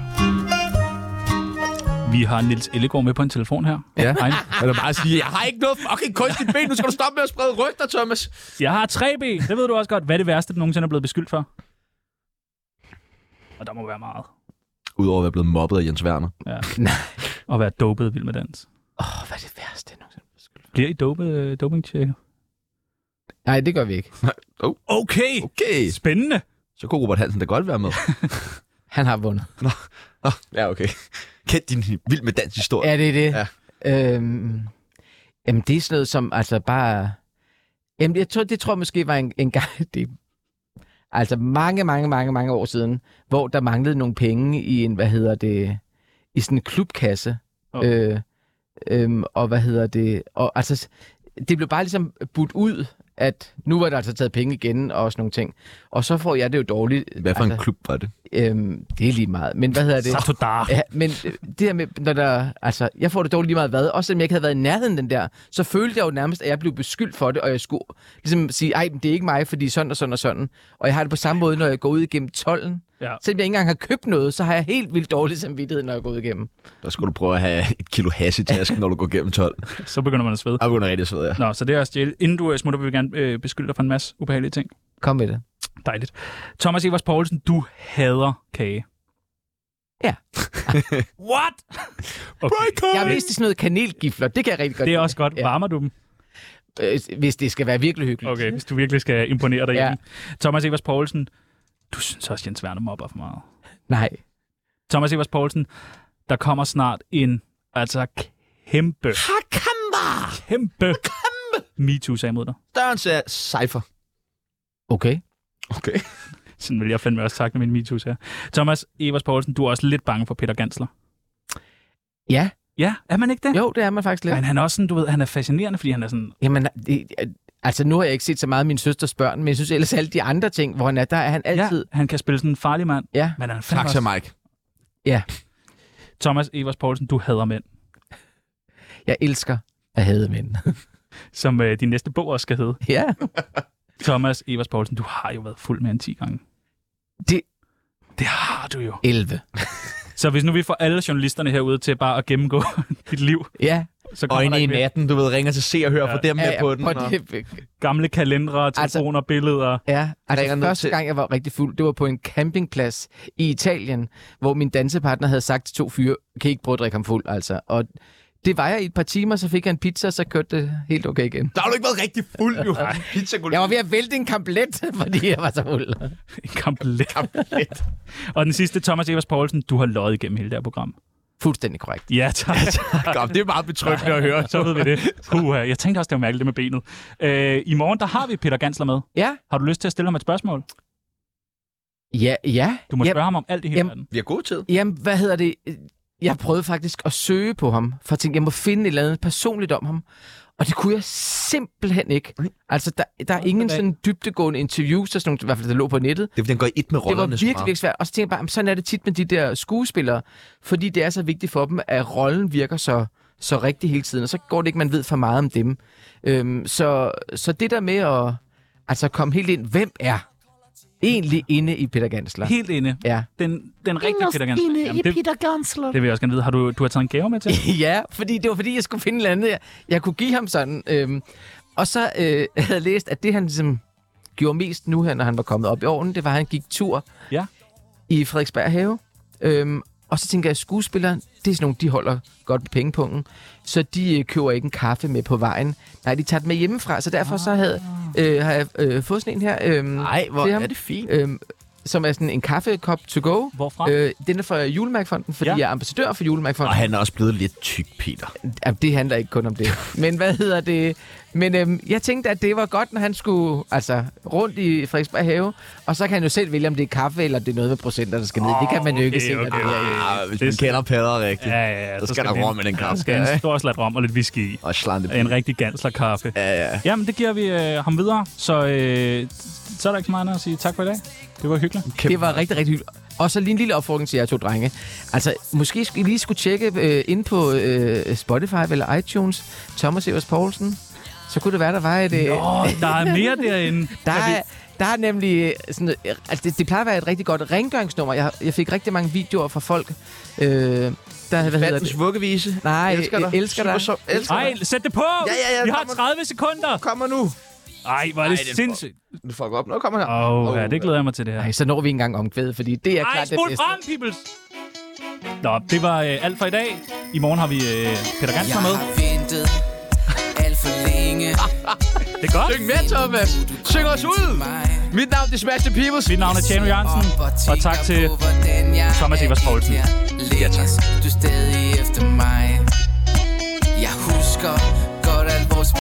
B: Vi har Nils Ellegaard med på en telefon her.
A: Ja.
B: Hej.
A: Jeg vil bare sige, jeg har ikke noget fucking kunstigt ben. Nu skal du stoppe med at sprede rygter, Thomas.
B: Jeg har 3B. Det ved du også godt. Hvad er det værste, du nogensinde er blevet beskyldt for? Og der må være meget.
A: Udover at være blevet mobbet af Jens Werner.
B: At være dopet vild med dans.
C: Åh, oh, hvad er det værste, jeg nogensinde har beskyldt for?
B: Bliver I dopet øh, dopingtjekker?
C: Nej, det gør vi ikke.
B: Okay.
A: Okay.
B: Spændende.
A: Så kunne Robert Hansen da godt være med.
C: Han har vundet.
A: Åh, ja, okay. Kend din vild med dans historie.
C: Ja, det er
A: Ja.
C: det. Ja. Øhm, jamen, det er sådan noget som, altså bare... Jamen, jeg tror, det tror jeg måske var en, en gang... Det, altså mange, mange, mange, mange år siden, hvor der manglede nogle penge i en, hvad hedder det... I sådan en klubkasse.
B: Okay.
C: Okay. Øh, øhm, og hvad hedder det... Og altså, det blev bare ligesom budt ud, at nu var der altså taget penge igen og sådan nogle ting. Og så får jeg det jo dårligt.
A: Hvad for en
C: altså,
A: klub var det?
C: øhm, Det er lige meget. Men hvad hedder det?
B: Satodar.
C: Ja, men øh, det her med, når der, altså, jeg får det dårligt lige meget hvad, også selvom jeg ikke havde været i nærheden af den der, så følte jeg jo nærmest, at jeg blev beskyldt for det, og jeg skulle ligesom sige, ej, men det er ikke mig, fordi sådan og sådan og sådan. Og jeg har det på samme måde, når jeg går ud igennem tolden.
B: Ja.
C: Selvom jeg ikke engang har købt noget, så har jeg helt vildt dårlig samvittighed, når jeg går ud igennem.
A: Der skulle du prøve at have et kilo hash i tasken, når du går gennem 12.
B: Så begynder man at svede.
A: Jeg begynder rigtig at svede, ja.
B: Nå, så det er også stjæle. Inden du øh, smutter, vil vi gerne øh, beskylde dig for en masse ubehagelige ting.
C: Kom med det.
B: Dejligt. Thomas Evers Poulsen, du hader kage.
C: Ja.
B: What? Okay.
C: Jeg er mest i sådan noget kanelgifler. Det kan jeg rigtig godt
B: Det er
C: lide.
B: også godt.
C: Ja.
B: Varmer du dem?
C: Øh, Hvis det skal være virkelig hyggeligt.
B: Okay, hvis du virkelig skal imponere dig. Ja.
C: Ja.
B: Thomas Evers Poulsen, du synes også, Jens Werner mobber for meget.
C: Nej.
B: Thomas Evers Poulsen, der kommer snart en altså kæmpe, kæmpe MeToo-sag mod dig.
A: Dørens er cypher.
C: Okay.
A: Okay.
B: Sådan vil jeg fandme også takle min MeToo her. Thomas Evers Poulsen, du er også lidt bange for Peter Gansler.
C: Ja.
B: Ja, er man ikke det?
C: Jo, det er man faktisk lidt.
B: Men han er også sådan, du ved, han er fascinerende, fordi han er sådan,
C: Jamen, det, altså nu har jeg ikke set så meget af min søsters børn, men jeg synes ellers alle de andre ting, hvor han er, der er han altid...
B: ja, han kan spille sådan en farlig mand,
C: Ja.
B: men han er fandme
A: Tak til
B: også...
A: Mike.
B: Thomas Evers Poulsen, du hader mænd,
C: ja. Jeg elsker at have mænd.
B: som øh, din næste bog også skal hedde.
C: ja.
B: Thomas Evers Poulsen, du har jo været fuld mere end 10 gange.
C: Det-
B: Det har du jo.
C: 11.
B: Så hvis nu vi får alle journalisterne herude til bare at gennemgå dit liv,
C: Ja.
B: så kommer der
A: Øjne i
B: ikke mere.
A: natten, du ved, ringer til se og høre
B: Ja.
A: ja. for dem med
C: ja,
A: ja,
C: ja,
A: på den.
C: prøv
A: og-
C: det-
B: gamle kalendere,
C: Altså-
B: telefoner, altså... billeder.
C: Ja,
A: ringer
C: altså
A: ned
C: første
A: til-
C: gang, jeg var rigtig fuld, det var på en campingplads i Italien, hvor min dansepartner havde sagt til to fyre, kan I ikke prøve at drikke ham fuld, altså. Og det var jeg i et par timer, så fik jeg en pizza, og så kørte det helt okay igen.
A: Der har du ikke været rigtig fuld, jo. Pizza
C: Jeg var ved at vælte en kamplet, fordi jeg var så fuld.
B: En kamplet. Og den sidste, Thomas Evers Poulsen, du har løjet igennem hele det her program.
C: Fuldstændig korrekt.
B: Ja, tak.
A: Godt, det er meget betryggende at høre.
B: så ved vi det. Puh, jeg tænkte også, det var mærkeligt det med benet. Øh, I morgen, der har vi Peter Gansler med.
C: Ja,
B: Har du lyst til at stille ham et spørgsmål?
C: ja, ja.
B: Du må
C: Jamen,
B: spørge ham om alt i hele
C: Jamen-
B: verden.
A: Vi har god tid.
C: Jamen, hvad hedder det? Jeg prøvede faktisk at søge på ham, for at tænke, jeg må finde et eller andet personligt om ham. Og det kunne jeg simpelthen ikke. Altså, der, der er ingen sådan dybtegående interviews, og sådan nogle, i hvert fald, der lå på nettet.
A: Det er, fordi han går i et med
C: Det var
A: rollerne.
C: virkelig, virkelig svært. Og så tænkte jeg bare, jamen, sådan er det tit med de der skuespillere, fordi det er så vigtigt for dem, at rollen virker så, så rigtig hele tiden, og så går det ikke, man ved for meget om dem. Øhm, så, så det der med at altså, komme helt ind, hvem er egentlig inde i Peter Gansler?
B: Helt inde.
C: Ja.
B: Den, den rigtige Peter Gansler. Inde det, Peter Gansler. Det vil jeg også gerne vide. Har du, du har taget en gave med til?
C: ja, fordi det var fordi, jeg skulle finde et eller andet, jeg, jeg kunne give ham sådan. Øhm, og så øh, havde jeg læst, at det han ligesom gjorde mest nu her, når han var kommet op i åren, det var, at han gik tur
B: Ja.
C: i Frederiksberg Have. Øhm, og så tænker jeg, at skuespillere, det er sådan nogle, de holder godt på pengepunkten, så de øh, køber ikke en kaffe med på vejen. Nej, de tager den med hjemmefra, så derfor så havde, øh, har jeg øh, fået sådan en her. Øhm,
A: Ah. Nej, hvor
C: til ham.
A: er det fint.
C: øhm, som er sådan en kaffekop to go.
B: Hvorfra?
C: Øh, den er fra Julemærkfonden, fordi
B: Ja.
C: ja. jeg er ambassadør for Julemærkfonden.
A: Og han er også blevet lidt tyk, Peter.
C: Jamen, det handler ikke kun om det. Men hvad hedder det? Men øhm, jeg tænkte, at det var godt, når han skulle altså, rundt i Frederiksberg Have. Og så kan han jo selv vælge, om det er kaffe, eller det er noget med procenter, der skal ned. Det kan man jo ikke
B: okay,
C: se. når
B: okay,
C: det er-
B: okay.
A: Ah, hvis
B: det-
A: man kender Peder rigtigt.
B: Ja, ja, ja.
A: Så skal der
B: det-
A: rom i den kaffe.
B: Der skal en stor slat rom og lidt whisky i.
A: Og slante.
B: En rigtig ganslerkaffe.
A: Ja, ja.
B: Jamen, det giver vi øh, ham videre, så, øh, så er der ikke så meget andet at sige tak for i dag. Det var hyggeligt.
C: Det var rigtig, rigtig hyggeligt. Og så lige en lille opfordring til jer to drenge. Altså, måske skulle I lige skulle tjekke øh, ind på øh, Spotify eller iTunes, Thomas Evers Poulsen. Så kunne det være, der var et... Øh,
B: Åh, der er mere derinde.
C: Der
B: Kan vi-
C: er, der er nemlig øh, sådan, øh, altså det, det plejer at være et rigtig godt rengøringsnummer. Jeg, jeg fik rigtig mange videoer fra folk, øh, der hvad hedder
A: Vandens
C: det?
A: vuggevise.
C: Nej,
A: elsker dig.
C: elsker dig.
A: Super, så, elsker
B: Ej,
A: dig.
B: sæt det på!
A: Ja, ja, ja,
B: vi har
A: kommer-
B: 30 sekunder!
A: Kommer nu.
B: Ej, hvor er
A: Ej,
B: det
A: den får-
B: sindssygt.
A: Du fucker op. Nu kommer her.
B: Åh, oh, ja, det glæder jeg mig til det her.
C: Nej, så når vi ikke engang omkvædet, fordi det er
B: Ej,
C: klart det
B: spol
C: bedste.
B: frem, peoples! Nå, det var øh, alt for i dag. I morgen har vi øh, Peter Gansler med.
J: ventet alt for længe
B: Det er godt.
A: Ah, Syng med, Thomas. Syng os ud.
J: mig.
A: Mit navn er Smash the Peoples.
B: Mit navn er Tjano Jørgensen, og tak til Thomas Evers Poulsen.
J: Ja, tak. Du er stadig efter mig. Jeg husker